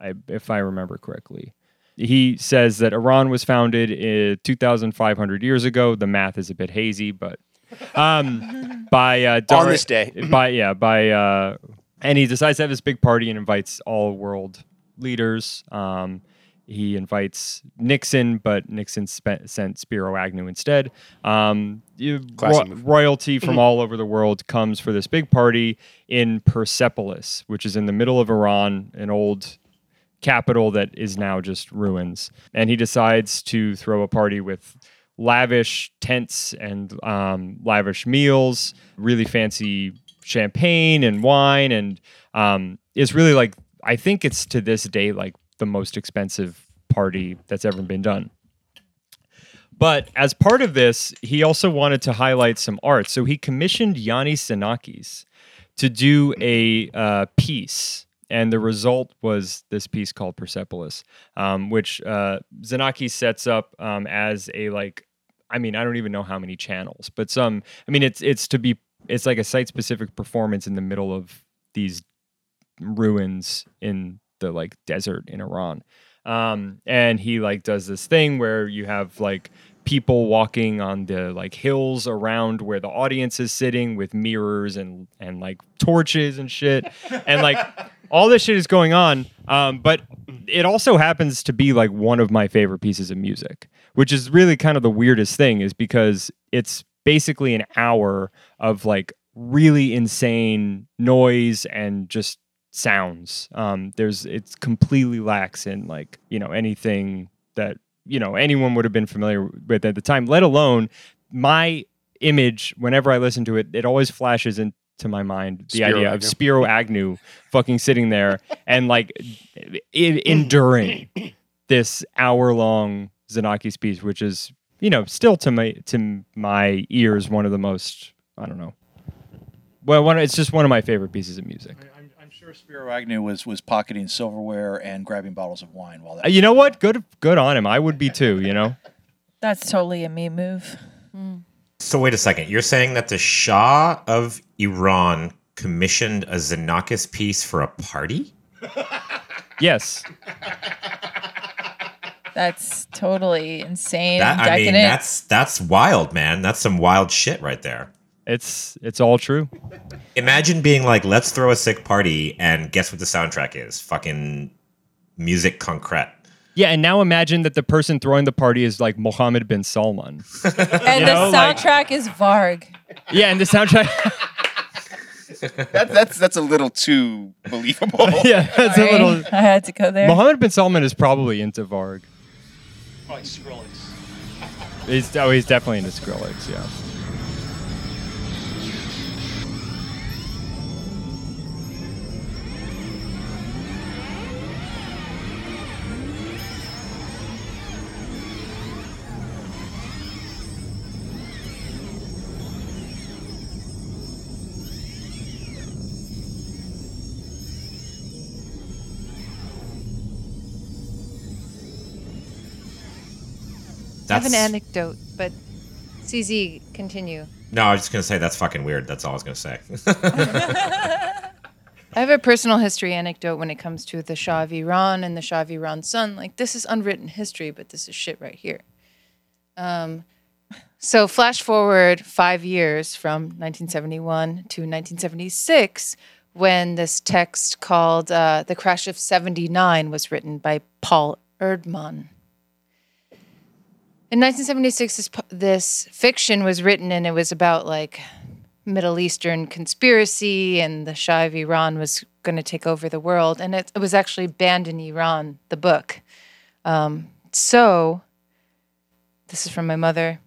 Speaker 3: I, if I remember correctly. He says that Iran was founded uh, 2,500 years ago. The math is a bit hazy, but um, by uh, Dar-
Speaker 2: this day.
Speaker 3: by yeah, by uh, and he decides to have this big party and invites all world leaders. Um, he invites Nixon, but Nixon spe- sent Spiro Agnew instead. Um, you-
Speaker 2: Classy
Speaker 3: ro-
Speaker 2: move.
Speaker 3: royalty from all over the world comes for this big party in Persepolis, which is in the middle of Iran, an old capital that is now just ruins. And he decides to throw a party with lavish tents and um, lavish meals, really fancy champagne and wine. And um, it's really like, I think it's to this day, like the most expensive party that's ever been done. But as part of this, he also wanted to highlight some art. So he commissioned Yanni Sinakis to do a uh, piece. And the result was this piece called Persepolis, um, which uh, Zanaki sets up um, as a like, I mean, I don't even know how many channels, but some. I mean, it's it's to be it's like a site specific performance in the middle of these ruins in the like desert in Iran. Um, and he like does this thing where you have like people walking on the like hills around where the audience is sitting with mirrors and and like torches and shit and like all this shit is going on um, but it also happens to be like one of my favorite pieces of music which is really kind of the weirdest thing is because it's basically an hour of like really insane noise and just sounds. Um, there's it's completely lacks in like you know anything that you know anyone would have been familiar with at the time, let alone my image. Whenever I listen to it, it always flashes into my mind the
Speaker 2: Spiro
Speaker 3: idea of
Speaker 2: Agnew.
Speaker 3: Spiro Agnew fucking sitting there and like e- enduring this hour long Zanaki speech, which is you know still to my to my ears one of the most I don't know. Well, one, it's just one of my favorite pieces of music.
Speaker 8: I'm, I'm sure Spiro Agnew was, was pocketing silverware and grabbing bottles of wine while
Speaker 3: Uh,
Speaker 8: that.
Speaker 3: You know what? Good, good on him. I would be too. You know,
Speaker 1: That's totally a me move.
Speaker 4: So wait a second. You're saying that the Shah of Iran commissioned a Xenakis piece for a party?
Speaker 3: yes,
Speaker 1: That's totally insane.
Speaker 4: That
Speaker 1: and
Speaker 4: I mean,
Speaker 1: decadent.
Speaker 4: that's that's wild, man. That's some wild shit right there.
Speaker 3: it's it's all true.
Speaker 4: Imagine being like, let's throw a sick party, and guess what the soundtrack is? Fucking music concrete.
Speaker 3: Yeah, and now imagine that the person throwing the party is like Mohammed bin Salman.
Speaker 1: and
Speaker 3: you
Speaker 1: the
Speaker 3: know, like-
Speaker 1: soundtrack is Varg.
Speaker 3: Yeah, and the soundtrack.
Speaker 8: That, that's that's a little too believable.
Speaker 3: yeah, it's a
Speaker 1: Sorry,
Speaker 3: little.
Speaker 1: I had to go there.
Speaker 3: Mohammed bin Salman is probably into Varg.
Speaker 5: Probably Skrillex.
Speaker 3: He's oh, he's definitely into Skrillex. Yeah.
Speaker 4: That's
Speaker 6: I have an anecdote, but CZ, continue.
Speaker 4: No, I was just gonna say that's fucking weird. That's all I was gonna say.
Speaker 6: I have a personal history anecdote when it comes to the Shah of Iran and the Shah of Iran's son. Like, this is unwritten history, but this is shit right here. Um, so, flash forward five years from 1971 to 1976, when this text called uh, The Crash of 79 was written by Paul Erdmann. In 1976, this, pu- this fiction was written, and it was about like Middle Eastern conspiracy and the Shah of Iran was going to take over the world. And it, it was actually banned in Iran, the book. Um, so, this is from my mother,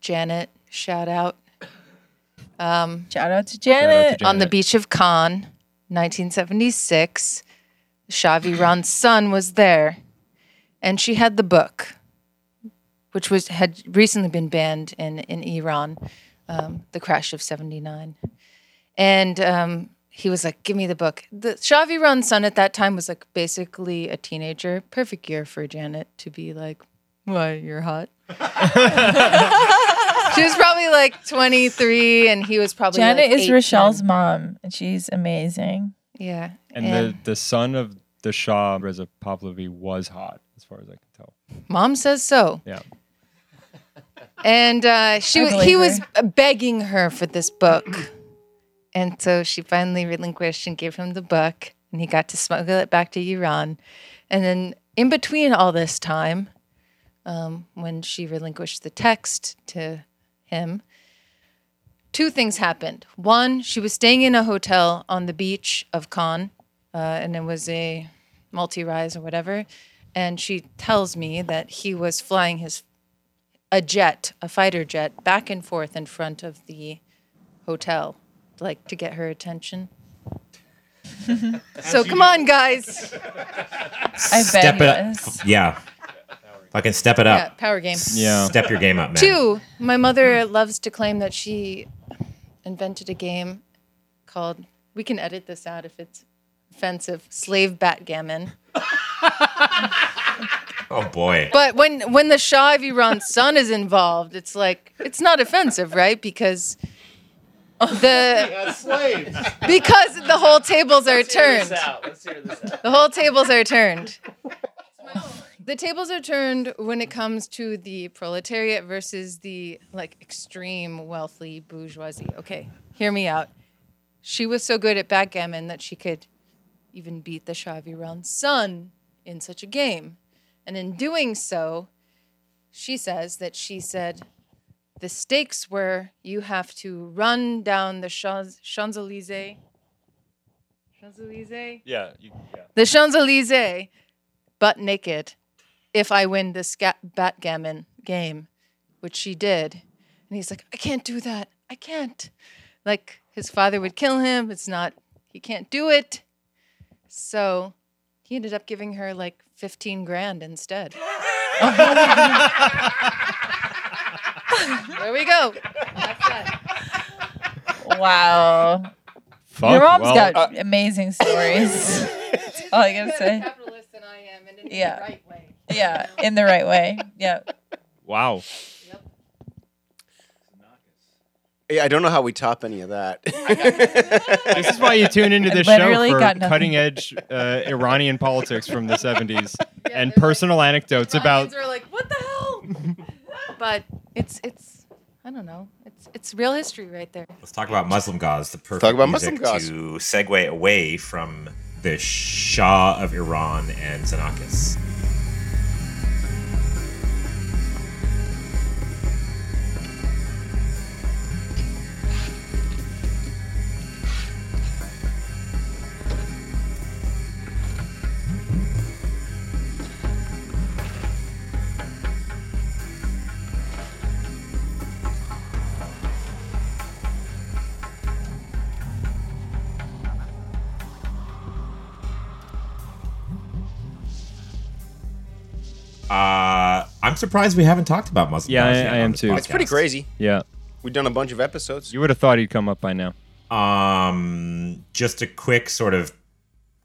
Speaker 6: Janet, shout out.
Speaker 1: Shout out to
Speaker 3: Shout out to
Speaker 1: Janet.
Speaker 6: On the
Speaker 3: Janet.
Speaker 6: beach of Cannes, 1976, Shah of Iran's son was there, and she had the book, which was had recently been banned in, in Iran, um, The Crash of 79. And um, he was like, Give me the book. The Shah of Iran's son at that time was like basically a teenager, perfect year for Janet to be like, Why, you're hot. she was probably like 23, and he was probably like,
Speaker 1: Janet is
Speaker 6: eight,
Speaker 1: Rochelle's
Speaker 6: 10.
Speaker 1: mom, and she's amazing.
Speaker 6: Yeah.
Speaker 3: And the, the son of the Shah Reza Pahlavi was hot, as far as I can tell.
Speaker 6: mom says so.
Speaker 3: Yeah.
Speaker 6: And uh, she
Speaker 1: I believe
Speaker 6: he was
Speaker 1: her.
Speaker 6: begging her for this book. And so she finally relinquished and gave him the book, and he got to smuggle it back to Iran. And then, in between all this time, um, when she relinquished the text to him, two things happened. One, she was staying in a hotel on the beach of Cannes, uh, and it was a multi rise or whatever. And she tells me that he was flying his a jet, a fighter jet, back and forth in front of the hotel, like to get her attention. so come on, guys.
Speaker 1: I bet
Speaker 4: step
Speaker 1: he
Speaker 4: it up.
Speaker 1: was.
Speaker 4: Yeah. Fucking step it
Speaker 6: Yeah,
Speaker 4: up.
Speaker 6: power game.
Speaker 3: Yeah.
Speaker 4: Step your game up, man.
Speaker 6: Two, my mother loves to claim that she invented a game called, we can edit this out if it's offensive, Slave Backgammon.
Speaker 4: Oh boy.
Speaker 6: But when when the Shah of Iran's son is involved, it's like it's not offensive, right? Because the because the whole tables are turned. The whole tables are turned. The tables are turned when it comes to the proletariat versus the like extreme wealthy bourgeoisie. Okay, hear me out. She was so good at backgammon that she could even beat the Shah of Iran's son in such a game. And in doing so, she says that she said the stakes were you have to run down the Champs Elysees. Champs Elysees?
Speaker 3: Yeah. You, yeah.
Speaker 6: The Champs Elysees, butt naked, if I win this ga- backgammon game, which she did. And he's like, I can't do that. I can't. Like, his father would kill him. It's not, he can't do it. So he ended up giving her like 15 grand instead. there we go.
Speaker 1: Wow.
Speaker 3: Fuck.
Speaker 1: Your mom's
Speaker 3: well, uh,
Speaker 1: got amazing stories. That's all I gotta say.
Speaker 6: capitalist than I am, and in
Speaker 1: the Yeah.
Speaker 6: right way.
Speaker 1: Yeah, in the right way. Yeah.
Speaker 3: wow.
Speaker 2: Yeah, I don't know how we top any of that.
Speaker 3: This is why you tune into
Speaker 1: I
Speaker 3: this show
Speaker 1: literally
Speaker 3: for
Speaker 1: got nothing.
Speaker 3: cutting edge uh, Iranian politics from the 70s and personal anecdotes about.
Speaker 6: are like, what the hell? but it's it's I don't know. It's it's real history right there.
Speaker 4: Let's talk about Muslim Gauze, the perfect
Speaker 2: Talk about
Speaker 4: music
Speaker 2: Muslim Gauze.
Speaker 4: to segue away from the Shah of Iran and Xenakis. Uh, I'm surprised we haven't talked about Muslim
Speaker 3: Yeah,
Speaker 4: Gauze
Speaker 3: I-
Speaker 4: yet
Speaker 3: I
Speaker 4: on
Speaker 3: am
Speaker 4: this
Speaker 3: too.
Speaker 2: it's pretty
Speaker 4: podcast.
Speaker 2: crazy.
Speaker 3: Yeah.
Speaker 2: We've done a bunch of episodes.
Speaker 3: You would have thought he'd come up by now.
Speaker 4: Um, just a quick sort of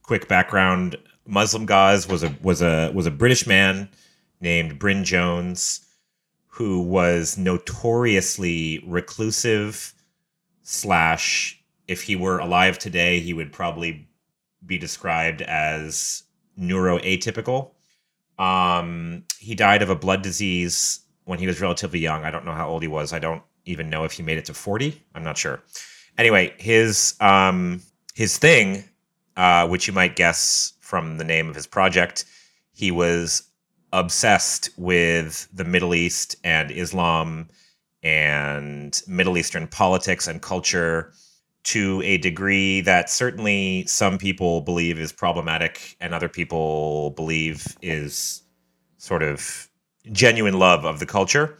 Speaker 4: quick background. Muslim Gauze was a was a was a British man named Bryn Jones who was notoriously reclusive slash if he were alive today he would probably be described as neuroatypical um he died of a blood disease when he was relatively young i don't know how old he was i don't even know if he made it to 40 i'm not sure anyway his um his thing uh which you might guess from the name of his project he was obsessed with the Middle East and Islam and Middle Eastern politics and culture to a degree that certainly some people believe is problematic and other people believe is sort of genuine love of the culture.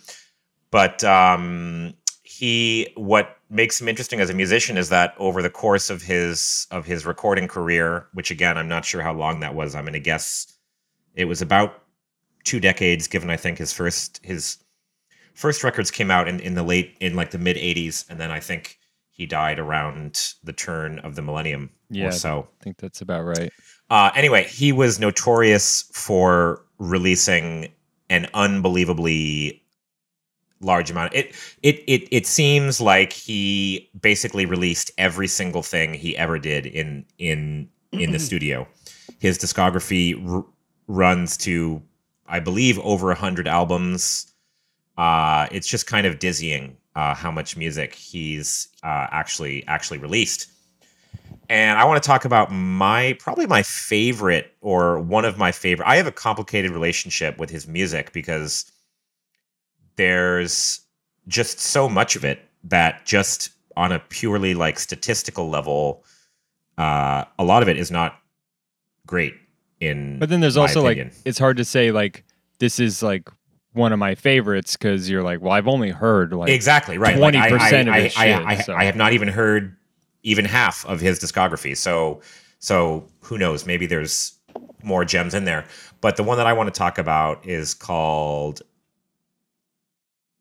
Speaker 4: But um, he, what makes him interesting as a musician is that over the course of his of his recording career, which again I'm not sure how long that was. I'm going to guess it was about two decades given i think his first his first records came out in, in the late in like the mid 80s and then i think he died around the turn of the millennium
Speaker 3: Yeah.
Speaker 4: or so
Speaker 3: I think that's about right.
Speaker 4: uh, anyway he was notorious for releasing an unbelievably large amount it it it, it seems like he basically released every single thing he ever did in in in the studio his discography r- runs to I believe over a hundred albums. Uh, it's just kind of dizzying uh, how much music he's uh, actually actually released. And I want to talk about my probably my favorite or one of my favorite. I have a complicated relationship with his music because there's just so much of it that just on a purely like statistical level, uh, a lot of it is not great. In
Speaker 3: But then there's
Speaker 4: my
Speaker 3: also
Speaker 4: opinion.
Speaker 3: like it's hard to say like this is like one of my favorites because you're like, well, I've only heard like
Speaker 4: exactly right.
Speaker 3: 20% of
Speaker 4: I, I,
Speaker 3: his
Speaker 4: I,
Speaker 3: shit,
Speaker 4: I, I,
Speaker 3: so.
Speaker 4: I have not even heard even half of his discography. So so who knows? Maybe there's more gems in there. But the one that I want to talk about is called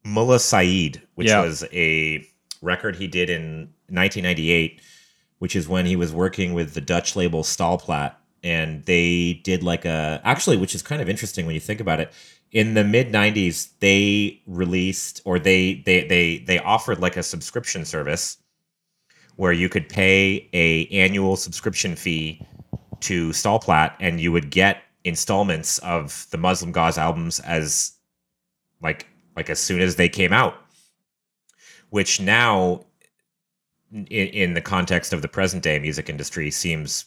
Speaker 4: Mullah Saeed, which
Speaker 3: Yeah.
Speaker 4: was a record he did in 1998, which is when he was working with the Dutch label Stahlplaat. And they did like a, actually, which is kind of interesting when you think about it. In the mid 90s, they released or they, they, they, they offered like a subscription service where you could pay a annual subscription fee to Stahlplaat and you would get installments of the Muslim Gauze albums as like like as soon as they came out which now in, in the context of the present day music industry seems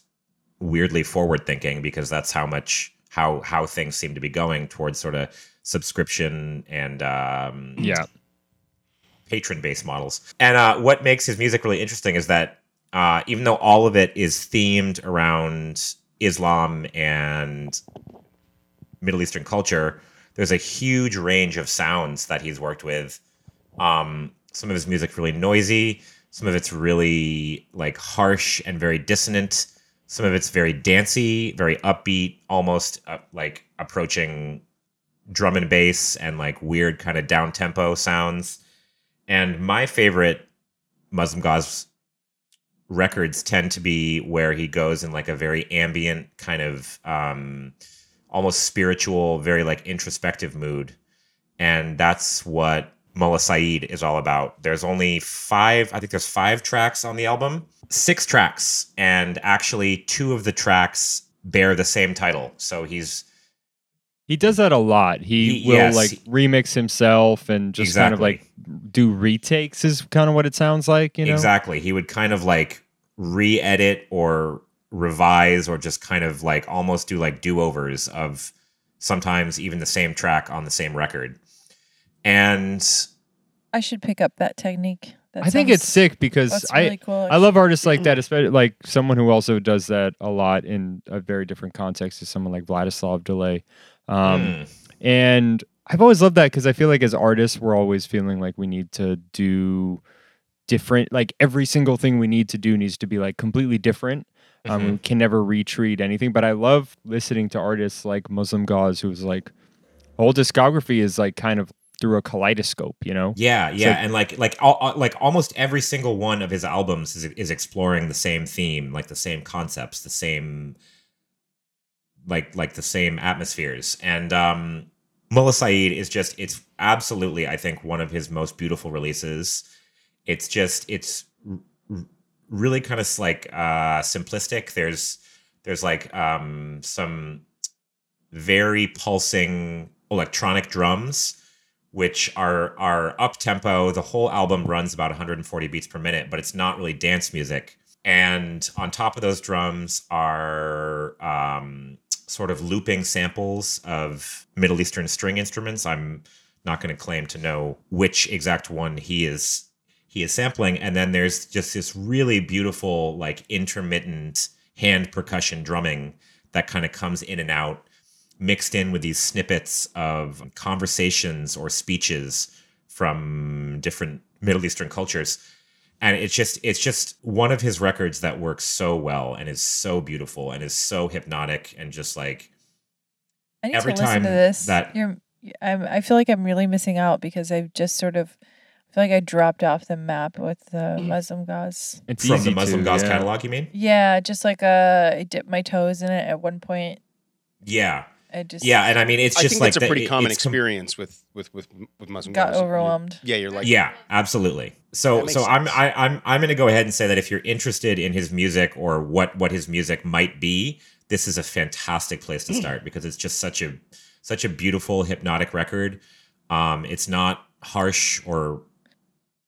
Speaker 4: weirdly forward thinking because that's how much how how things seem to be going towards sort of subscription and um
Speaker 3: yeah,
Speaker 4: patron based models. And uh, what makes his music really interesting is that uh, even though all of it is themed around Islam and Middle Eastern culture, there's a huge range of sounds that he's worked with. Um, some of his music really noisy, some of it's really like harsh and very dissonant. Some of it's very dancey, very upbeat, almost uh, like approaching drum and bass and like weird kind of down tempo sounds. And my favorite Muslim Gauze records tend to be where he goes in like a very ambient kind of um, almost spiritual, very like introspective mood. And that's what Mullah Saeed is all about. There's only five, I think there's five tracks on the album, six tracks. And actually, two of the tracks bear the same title. So he's
Speaker 3: he does that a lot. He,
Speaker 4: He-
Speaker 3: will
Speaker 4: yes.
Speaker 3: like remix himself and just kind of like do retakes is kind of what it sounds like. You know,
Speaker 4: Exactly. He would kind of like re edit or revise or just kind of like almost do like do overs of sometimes even the same track on the same record. And
Speaker 1: I should pick up that technique. That
Speaker 3: I think
Speaker 1: sounds-
Speaker 3: it's sick because
Speaker 1: That's
Speaker 3: I
Speaker 1: really cool.
Speaker 3: I love artists like
Speaker 4: Mm.
Speaker 3: that, especially like someone who also does that a lot in a very different context is someone like Vladislav Delay. Um,
Speaker 4: mm,
Speaker 3: And I've always loved that because I feel like as artists, we're always feeling like we need to do different, like every single thing we need to do needs to be like completely different. Um,
Speaker 4: Mm-hmm.
Speaker 3: We can never retreat anything. But I love listening to artists like Muslim Gauze, who's like, whole discography is like kind of through a kaleidoscope, you know?
Speaker 4: yeah, yeah, and like like all, all- like almost every single one of his albums is is exploring the same theme, like the same concepts, the same like like the same atmospheres. And um Mullah Saeed is just it's absolutely I think one of his most beautiful releases. It's just it's r- r- really kind of like uh simplistic. There's there's like um some very pulsing electronic drums which are are up tempo. The whole album runs about 140 beats per minute, but it's not really dance music. And on top of those drums are um, sort of looping samples of Middle Eastern string instruments. I'm not going to claim to know which exact one he is he is sampling. And then there's just this really beautiful like intermittent hand percussion drumming that kind of comes in and out mixed in with these snippets of conversations or speeches from different Middle Eastern cultures. And it's just it's just one of his records that works so well and is so beautiful and is so hypnotic and just like
Speaker 1: I need
Speaker 4: Every
Speaker 1: to listen to
Speaker 4: time
Speaker 1: this.
Speaker 4: that-
Speaker 1: You're, I'm, I feel like I'm really missing out because I've just sort of I feel like I dropped off the map with the
Speaker 4: Mm.
Speaker 1: Muslim gods.
Speaker 3: It's
Speaker 4: from
Speaker 3: easy
Speaker 4: the Muslim
Speaker 3: to,
Speaker 4: Gods
Speaker 3: yeah.
Speaker 4: catalog, you mean?
Speaker 1: Yeah, just like uh, I dipped my toes in it at one point.
Speaker 4: Yeah.
Speaker 1: I just
Speaker 4: Yeah. And I mean it's
Speaker 2: I
Speaker 4: just
Speaker 2: think
Speaker 4: like
Speaker 2: that's a
Speaker 4: the-
Speaker 2: pretty
Speaker 4: it-
Speaker 2: common
Speaker 4: it's com-
Speaker 2: experience with with with with Muslim
Speaker 1: got
Speaker 2: girls. You're-
Speaker 1: overwhelmed.
Speaker 2: Yeah, you're like
Speaker 4: yeah absolutely so
Speaker 2: That makes
Speaker 4: so i'm
Speaker 2: sense.
Speaker 4: I, i'm i'm going to go ahead and say that if you're interested in his music or what what his music might be this is a fantastic place to
Speaker 2: Hmm.
Speaker 4: start because it's just such a such a beautiful hypnotic record um it's not harsh or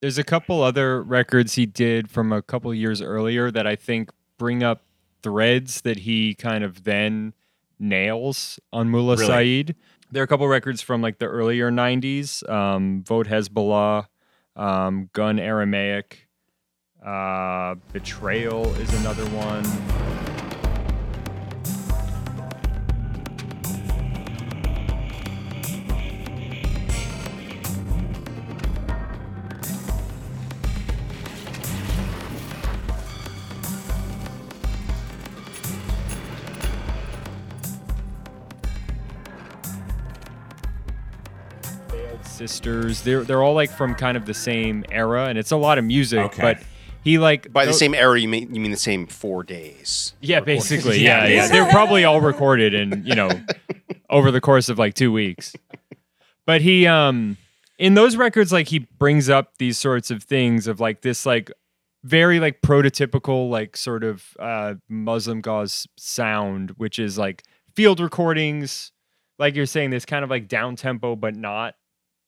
Speaker 3: There's a couple other records he did from a couple years earlier that I think bring up threads that he kind of then nails on Mullah
Speaker 4: Really?
Speaker 3: Saeed. There are a couple records from like the earlier 90s um, Vote Hezbollah, um, Gun Aramaic, uh, Betrayal is another one. Veiled Sisters. They're, they're all like from kind of the same era and it's a lot of music,
Speaker 4: Okay.
Speaker 3: but he like.
Speaker 2: by the
Speaker 3: tho-
Speaker 2: same era. You mean you mean the same four days?
Speaker 3: Yeah, basically. Yeah,
Speaker 4: Yeah,
Speaker 3: yeah. they're probably all recorded in you know over the course of like two weeks. But he, um, in those records, like he brings up these sorts of things of like this, like very like prototypical like sort of uh, Muslim gauze sound, which is like field recordings, like you're saying, this kind of like down tempo but not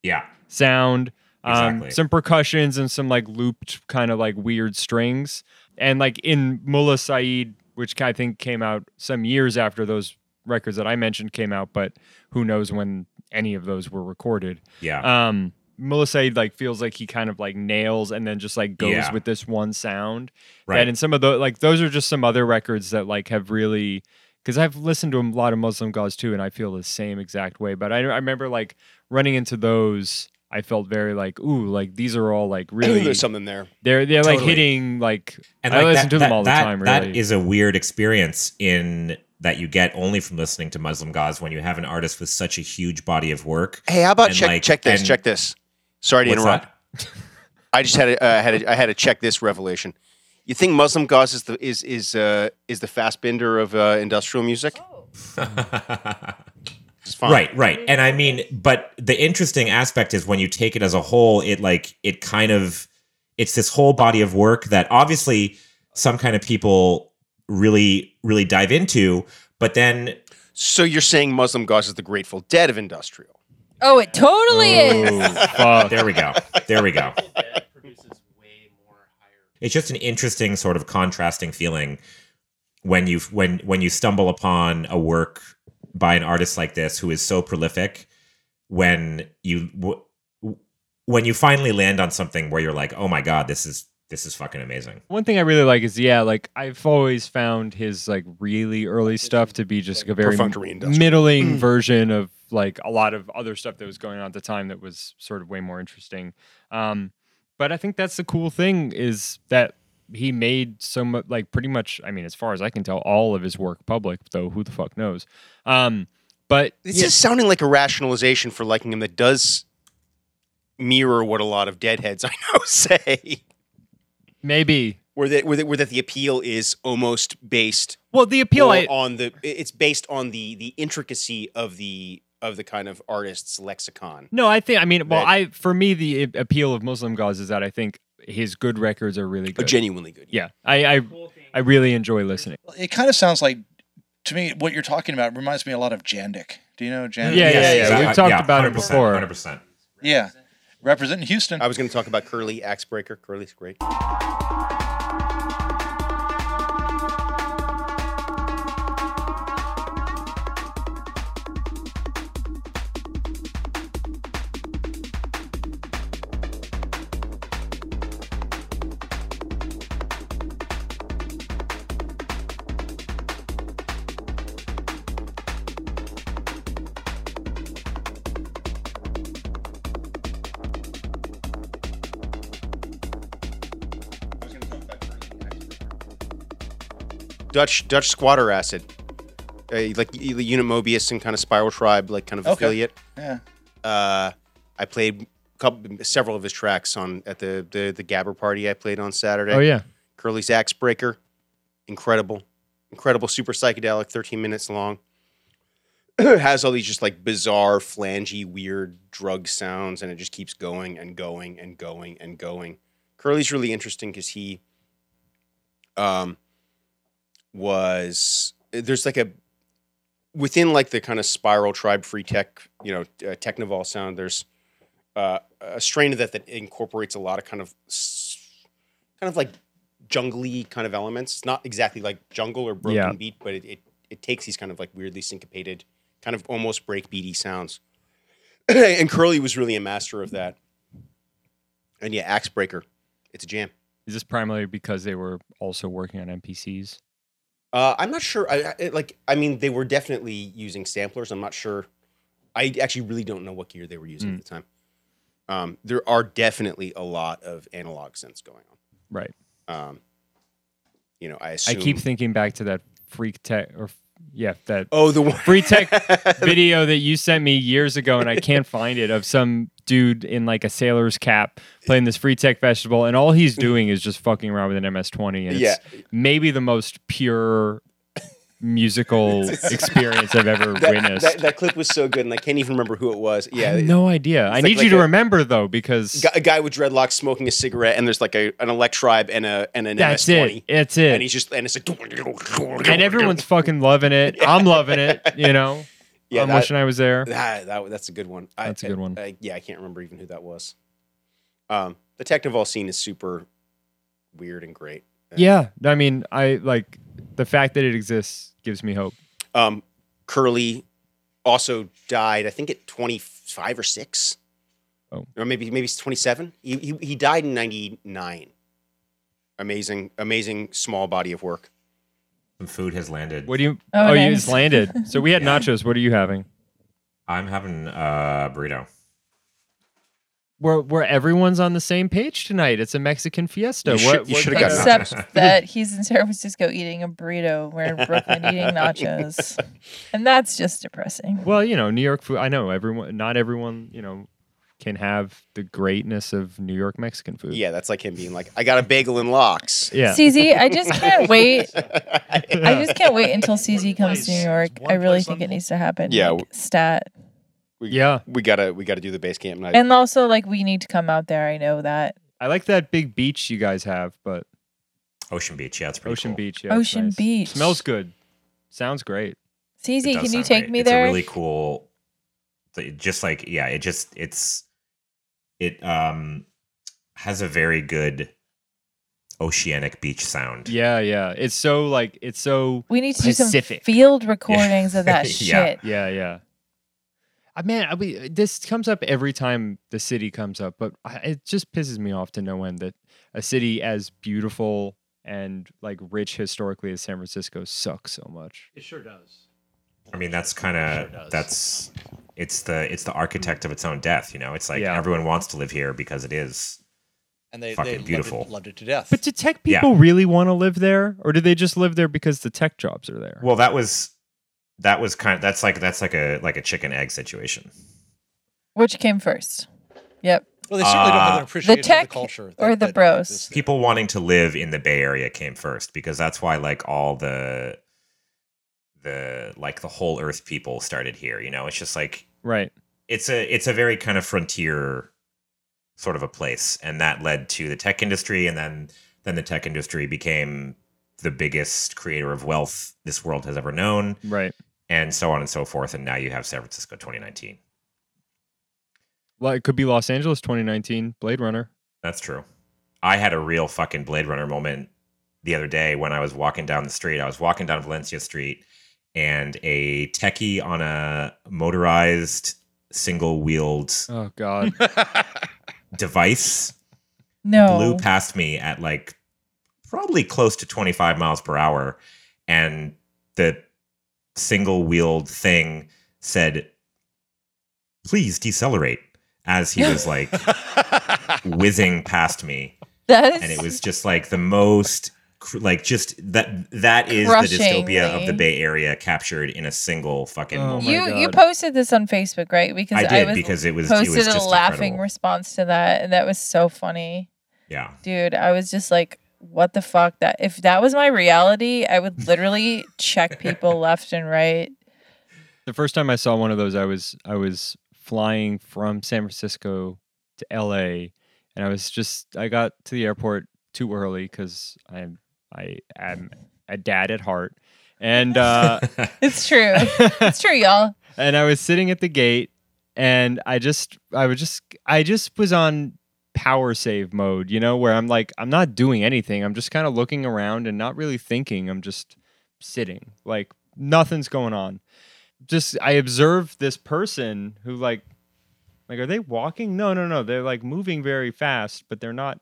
Speaker 4: yeah
Speaker 3: sound, um,
Speaker 4: Exactly.
Speaker 3: some percussions, and some like looped kind of like weird strings. And like in Mullah Saeed, which I think came out some years after those records that I mentioned came out, but who knows when any of those were recorded.
Speaker 4: yeah
Speaker 3: Um, Mullah Saeed like feels like he kind of like nails and then just like goes
Speaker 4: Yeah.
Speaker 3: with this one sound.
Speaker 4: Right.
Speaker 3: And in some of the like those are just some other records that like have really because I've listened to a lot of Muslim gods too, and I feel the same exact way. But I, I remember like running into those, I felt very like ooh, like these are all like really
Speaker 2: There's something there.
Speaker 3: they're they're like
Speaker 4: Totally.
Speaker 3: hitting like
Speaker 4: and
Speaker 3: I
Speaker 4: like,
Speaker 3: listen
Speaker 4: that-
Speaker 3: to them
Speaker 4: that-
Speaker 3: all
Speaker 4: that-
Speaker 3: the time.
Speaker 4: that
Speaker 3: really,
Speaker 4: is a weird experience in that you get only from listening to muslim gods when you have an artist with such a huge body of work
Speaker 2: Hey, how about
Speaker 4: And,
Speaker 2: check
Speaker 4: like,
Speaker 2: check this?
Speaker 4: and-
Speaker 2: check this. Sorry to
Speaker 4: What's
Speaker 2: interrupt.
Speaker 4: that?
Speaker 2: I just had a, uh, had a, I had to check this revelation. You think Muslim Gauze is the is is uh, is the fast bender of uh, industrial music? It's fine.
Speaker 4: Right, right. And I mean, but the interesting aspect is when you take it as a whole, it like it kind of it's this whole body of work that obviously some kind of people really really dive into, but then
Speaker 2: So you're saying Muslim Gauze is the Grateful Dead of industrial?
Speaker 6: Oh, it totally is.
Speaker 3: oh, fuck.
Speaker 4: there we go. There we go. It's just an interesting sort of contrasting feeling when you when when you stumble upon a work by an artist like this who is so prolific when you w- w- when you finally land on something where you're like, "Oh my god, this is this is fucking amazing."
Speaker 3: One thing I really like is yeah, like I've always found his like really early stuff to be just like a very
Speaker 2: Perfunctory industrial.
Speaker 3: middling version of like a lot of other stuff that was going on at the time that was sort of way more interesting. Um, but I think that's the cool thing is that he made so much like pretty much I mean as far as I can tell all of his work public though who the fuck knows. Um, but
Speaker 2: It's
Speaker 3: yeah,
Speaker 2: just sounding like a rationalization for liking him that does mirror what a lot of deadheads I know say.
Speaker 3: maybe
Speaker 2: Where that, where that where that the appeal is almost based
Speaker 3: well the appeal
Speaker 2: or
Speaker 3: I,
Speaker 2: on the it's based on the the intricacy of the of the kind of artist's lexicon.
Speaker 3: No, I think I mean well,
Speaker 2: That-
Speaker 3: I for me the i- appeal of Muslim Gauze is that I think his good records are really
Speaker 2: Uh,
Speaker 3: good.
Speaker 2: Genuinely good.
Speaker 3: yeah, I, I I really enjoy listening.
Speaker 8: It kind of sounds like, to me, what you're talking about reminds me a lot of Jandik. Do you know Jandik?
Speaker 3: Yeah, yeah, yeah.
Speaker 4: exactly.
Speaker 3: We've talked about it
Speaker 4: 100%,
Speaker 3: before.
Speaker 4: 100%.
Speaker 8: Yeah. Representing Houston.
Speaker 2: I was going to talk about Curly Axe Breaker. Curly's great. Dutch Dutch squatter acid, uh, like y- the Unimobius and kind of Spiral Tribe, like kind of
Speaker 8: Okay.
Speaker 2: affiliate.
Speaker 8: yeah.
Speaker 2: Uh, I played couple, several of his tracks on at the the, the Gabber party I played on Saturday.
Speaker 3: Oh yeah,
Speaker 2: Curly's Axe Breaker, incredible, incredible, super psychedelic, 13 minutes long. Has all these just like bizarre, flangy, weird drug sounds, and it just keeps going and going and going and going. Curly's really interesting because he um, was there's like a within like the kind of spiral tribe free tech you know uh, technovol sound there's uh, a strain of that that incorporates a lot of kind of s- kind of like jungly kind of elements. It's not exactly like jungle or broken
Speaker 3: Yeah.
Speaker 2: beat, but it, it it takes these kind of like weirdly syncopated, kind of almost breakbeaty sounds. and Curly was really a master of that. And yeah, Axe Breaker, it's a jam.
Speaker 3: is this primarily because they were also working on MPCs?
Speaker 2: Uh, I'm not sure. I, I it- like. I mean, they were definitely using samplers. I'm not sure. I actually really don't know what gear they were using
Speaker 3: Hmm.
Speaker 2: at the time. Um, there are definitely a lot of analog synths going
Speaker 3: Right.
Speaker 2: on. Um, you know, I assume.
Speaker 3: I keep thinking back to that freak tech or yeah that
Speaker 2: oh, the one.
Speaker 3: free tech video that you sent me years ago and I can't find it of some dude in like a sailor's cap playing this free tech vegetable and all he's doing is just fucking around with an MS20 and it's maybe the most pure musical experience I've ever
Speaker 2: that,
Speaker 3: witnessed.
Speaker 2: that, that clip was so good, and I can't even remember who it was.
Speaker 3: I
Speaker 2: Yeah,
Speaker 3: have no idea. I
Speaker 2: like-
Speaker 3: need
Speaker 2: like
Speaker 3: you to
Speaker 2: a-
Speaker 3: remember though because
Speaker 2: gu- a guy with dreadlocks smoking a cigarette, and there's like a, an Electribe and a and an
Speaker 3: that's
Speaker 2: MS20,
Speaker 3: it. That's
Speaker 2: and
Speaker 3: it.
Speaker 2: he's just and it's like
Speaker 3: And everyone's fucking loving it. I'm loving it, you know.
Speaker 2: yeah,
Speaker 3: I'm
Speaker 2: that-
Speaker 3: wishing I was there.
Speaker 2: That, that that's a good one. I-
Speaker 3: That's a good one.
Speaker 2: I, yeah, I can't remember even who that was. Um, the Technovol scene is super weird and great.
Speaker 3: Yeah, I mean, I like the fact that it exists gives me hope.
Speaker 2: Um, Curly also died, I think at 25 or 6.
Speaker 3: Oh.
Speaker 2: Or maybe maybe it's 27. He, he, he died in 99. Amazing, amazing small body of work.
Speaker 4: Some food has landed.
Speaker 3: What do you? Oh,
Speaker 1: Oh,
Speaker 3: you
Speaker 1: nice.
Speaker 3: just landed. So we had nachos. What are you having?
Speaker 4: I'm having a burrito.
Speaker 3: Where where everyone's on the same page tonight. It's a Mexican fiesta.
Speaker 2: You
Speaker 3: what,
Speaker 2: should- you
Speaker 3: what
Speaker 2: should've
Speaker 3: kind
Speaker 2: gotten
Speaker 3: of-
Speaker 2: that.
Speaker 1: Except that he's in San Francisco eating a burrito. We're in Brooklyn eating nachos. And that's just depressing.
Speaker 3: Well, you know, New York food. I know everyone. Not everyone, you know, can have the greatness of New York Mexican food.
Speaker 2: Yeah, that's like him being like, I got a bagel and locks.
Speaker 3: Yeah.
Speaker 1: CZ, I just can't wait. I just can't wait until CZ comes to New York.
Speaker 5: One
Speaker 1: I really
Speaker 5: place
Speaker 1: think
Speaker 5: on-
Speaker 1: it needs to happen.
Speaker 2: Yeah,
Speaker 1: Like, stat.
Speaker 3: Yeah.
Speaker 2: We gotta we gotta do the base camp night.
Speaker 1: And also, like, we need to come out there. I know that.
Speaker 3: I like that big beach you guys have, but
Speaker 4: Ocean Beach. Yeah, it's pretty
Speaker 3: Ocean
Speaker 4: cool.
Speaker 3: Beach. Yeah, it's
Speaker 1: Ocean
Speaker 3: nice.
Speaker 1: Beach.
Speaker 3: smells good. Sounds great.
Speaker 4: It
Speaker 1: CZ,
Speaker 4: does
Speaker 1: can you
Speaker 4: sound
Speaker 1: take
Speaker 4: great.
Speaker 1: me
Speaker 4: it's
Speaker 1: there?
Speaker 4: A really cool. th- Just like yeah, it just it's it um has a very good oceanic beach sound.
Speaker 3: Yeah, yeah. It's so like it's so
Speaker 1: we need to
Speaker 3: Pacific.
Speaker 1: do some field recordings of that
Speaker 4: Yeah.
Speaker 1: shit.
Speaker 3: Yeah, yeah. I man, I, we, this comes up every time the city comes up, but I, it just pisses me off to no end that a city as beautiful and like rich historically as San Francisco sucks so much.
Speaker 7: It sure does.
Speaker 4: I mean, that's kind of that's it's the it's the architect of its own death. You know, it's like
Speaker 3: Yeah.
Speaker 4: everyone wants to live here because it is.
Speaker 5: and they,
Speaker 4: Fucking
Speaker 5: they loved it-
Speaker 4: beautiful.
Speaker 5: Loved, it, to death.
Speaker 3: But do tech
Speaker 4: Yeah.
Speaker 3: people really want to live there, or do they just live there because the tech jobs are there?
Speaker 4: Well, that was that was kind. that's like that's like a like a chicken egg situation.
Speaker 1: Which came first? Yep.
Speaker 5: well, they certainly don't have
Speaker 4: Uh,
Speaker 5: an appreciation for the
Speaker 1: tech
Speaker 5: culture
Speaker 1: or the bros.
Speaker 5: exists.
Speaker 4: people wanting to live in the bay area came first because that's why like all the the like the whole earth people started here you know it's just like
Speaker 3: right.
Speaker 4: it's a it's a very kind of frontier sort of a place and that led to the tech industry and then then the tech industry became the biggest creator of wealth this world has ever known
Speaker 3: Right.
Speaker 4: and so on and so forth and now you have San Francisco 2019
Speaker 3: Well, it could be Los Angeles 2019, Blade Runner.
Speaker 4: that's true i had a real fucking blade runner moment the other day when i was walking down the street i was walking down valencia street and a techie on a motorized single wheeled
Speaker 3: Oh God.
Speaker 4: device
Speaker 1: No.
Speaker 4: blew past me at like probably close to 25 miles per hour and the single wheeled thing said please decelerate as he was like whizzing past me
Speaker 1: that is
Speaker 4: and it was just like the most cr- like just that that is the dystopia of the
Speaker 1: Crushingly.
Speaker 4: bay area captured in a single fucking
Speaker 3: Oh
Speaker 4: moment
Speaker 3: my
Speaker 1: you you
Speaker 3: God.
Speaker 1: posted this on Facebook, right? Because
Speaker 4: i
Speaker 1: I,
Speaker 4: did
Speaker 1: was
Speaker 4: because it was it was
Speaker 1: posted
Speaker 4: just
Speaker 1: a laughing
Speaker 4: incredible.
Speaker 1: response to that, and that was so funny,
Speaker 4: yeah
Speaker 1: dude. I was just like, "What the fuck?" That if that was my reality, I would literally check people left and right.
Speaker 3: the first time I saw one of those, I was I was flying from San Francisco to L.A. and I was just I got to the airport too early because I'm I am a dad at heart, and uh,
Speaker 1: It's true. it's true, y'all.
Speaker 3: and I was sitting at the gate, and I just, I was just, I just was on power save mode, you know, where I'm like, I'm not doing anything. I'm just kind of looking around and not really thinking. I'm just sitting, like nothing's going on. Just, I observed this person who, like, like, are they walking? No, no, no. They're like moving very fast, but they're not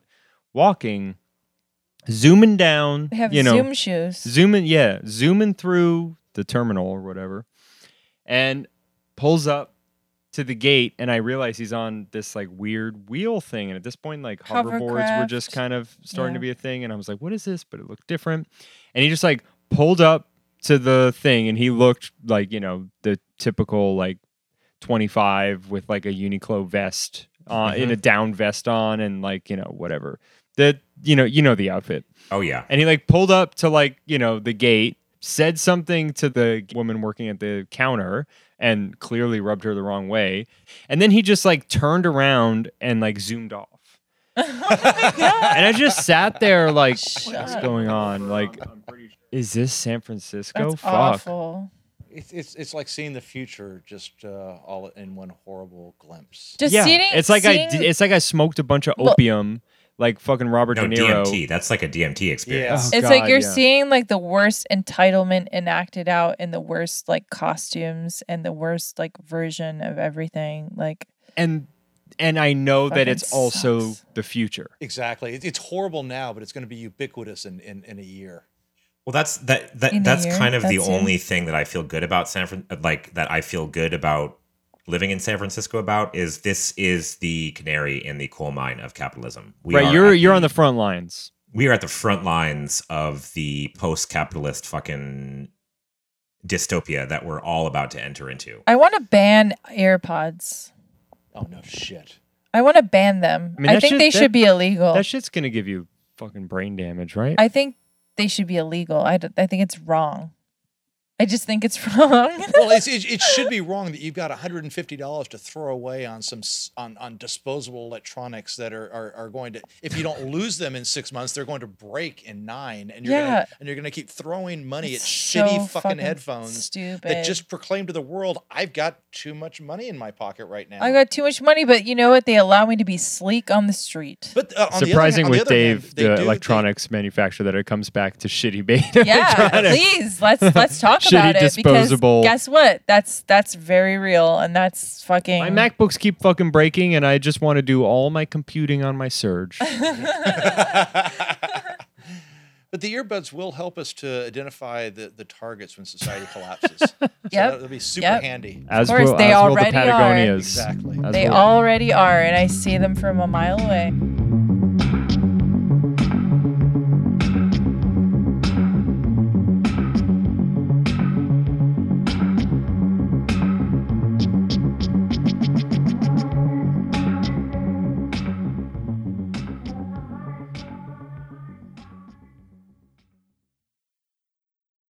Speaker 3: walking. Zooming down,
Speaker 1: They have
Speaker 3: you know,
Speaker 1: Zoom shoes.
Speaker 3: zooming yeah zooming through the terminal or whatever and pulls up to the gate and i realize he's on this like weird wheel thing and at this point like hoverboards were just
Speaker 1: Hovercraft.
Speaker 3: kind of starting to
Speaker 1: Yeah.
Speaker 3: be a thing and i was like what is this but it looked different and he just like pulled up to the thing and he looked like you know the typical like 25 with like a Uniqlo vest on in a down vest on and like you know whatever the you know you know the outfit
Speaker 4: oh yeah
Speaker 3: and he like pulled up to like, you know, the gate, said something to the woman working at the counter and clearly rubbed her the wrong way. And then he just like turned around and like zoomed off. and I just sat there like, what's
Speaker 1: Shut
Speaker 3: going on? Like, is this San Francisco?
Speaker 1: That's
Speaker 3: Fuck.
Speaker 1: awful.
Speaker 5: It's, it's it's like seeing the future just uh, all in one horrible glimpse.
Speaker 1: Just
Speaker 3: yeah,
Speaker 1: seeing.
Speaker 3: it's like I
Speaker 1: seeing,
Speaker 3: d- it's like I smoked a bunch of
Speaker 1: Well-
Speaker 3: opium, like fucking Robert
Speaker 4: no
Speaker 3: De Niro.
Speaker 4: dmt that's like a dmt experience
Speaker 3: Oh,
Speaker 1: It's like
Speaker 3: God,
Speaker 1: you're
Speaker 3: yeah.
Speaker 1: seeing like the worst entitlement enacted out in the worst like costumes and the worst like version of everything. Like
Speaker 3: and and I know that
Speaker 1: Fucking
Speaker 3: it's also
Speaker 1: sucks.
Speaker 3: the future.
Speaker 5: Exactly. It, it's horrible now, but it's going to be ubiquitous in, in, in a year.
Speaker 4: Well, that's that that
Speaker 1: In a
Speaker 4: that's
Speaker 1: year,
Speaker 4: kind of the
Speaker 1: that's it.
Speaker 4: only thing that I feel good about San Fran- like that I feel good about living in San Francisco about is this is the canary in the coal mine of capitalism. We
Speaker 3: right,
Speaker 4: are
Speaker 3: you're
Speaker 4: at
Speaker 3: you're on the front lines.
Speaker 4: we are at the front lines of the post-capitalist fucking dystopia that we're all about to enter into.
Speaker 1: I want to ban AirPods.
Speaker 5: Oh no shit.
Speaker 1: I want to ban them. I,
Speaker 3: I mean, that
Speaker 1: think
Speaker 3: shit-
Speaker 1: they
Speaker 3: that-
Speaker 1: should be illegal.
Speaker 3: That shit's gonna give you fucking brain damage, right?
Speaker 1: I think they should be illegal. I, d- I think it's wrong. I just think it's wrong.
Speaker 5: Well, it's, it, it should be wrong that you've got $150 to throw away on some s- on, on disposable electronics that are, are are going to if you don't lose them in 6 months, they're going to break in 9 and you're
Speaker 1: Yeah.
Speaker 5: gonna, and you're going to keep throwing money
Speaker 1: It's
Speaker 5: at
Speaker 1: so
Speaker 5: shitty fucking, headphones
Speaker 1: Stupid.
Speaker 5: that just proclaim to the world, I've got too much money in my pocket right now.
Speaker 1: I got too much money, but you know what? They allow me to be sleek on the street.
Speaker 5: but uh, on the other
Speaker 3: Surprising
Speaker 5: hand- on the
Speaker 3: with
Speaker 5: other hand,
Speaker 3: Dave,
Speaker 5: they do
Speaker 3: the electronics manufacturer, that it comes back to shitty beta.
Speaker 1: yeah,
Speaker 3: electronics.
Speaker 1: please let's let's talk
Speaker 3: Shitty
Speaker 1: about it
Speaker 3: disposable.
Speaker 1: because guess what? That's that's very real and that's fucking.
Speaker 3: My MacBooks keep fucking breaking, and I just want to do all my computing on my Surge.
Speaker 5: But the earbuds will help us to identify the, the targets when society collapses. So
Speaker 1: Yep.
Speaker 5: that'll be super
Speaker 1: Yep.
Speaker 5: handy.
Speaker 3: As
Speaker 1: course,
Speaker 3: will,
Speaker 1: they
Speaker 3: as will the
Speaker 1: already are.
Speaker 3: Patagonias.
Speaker 5: Exactly.
Speaker 3: As
Speaker 1: they
Speaker 3: will-
Speaker 1: already are, and I see them from a mile away.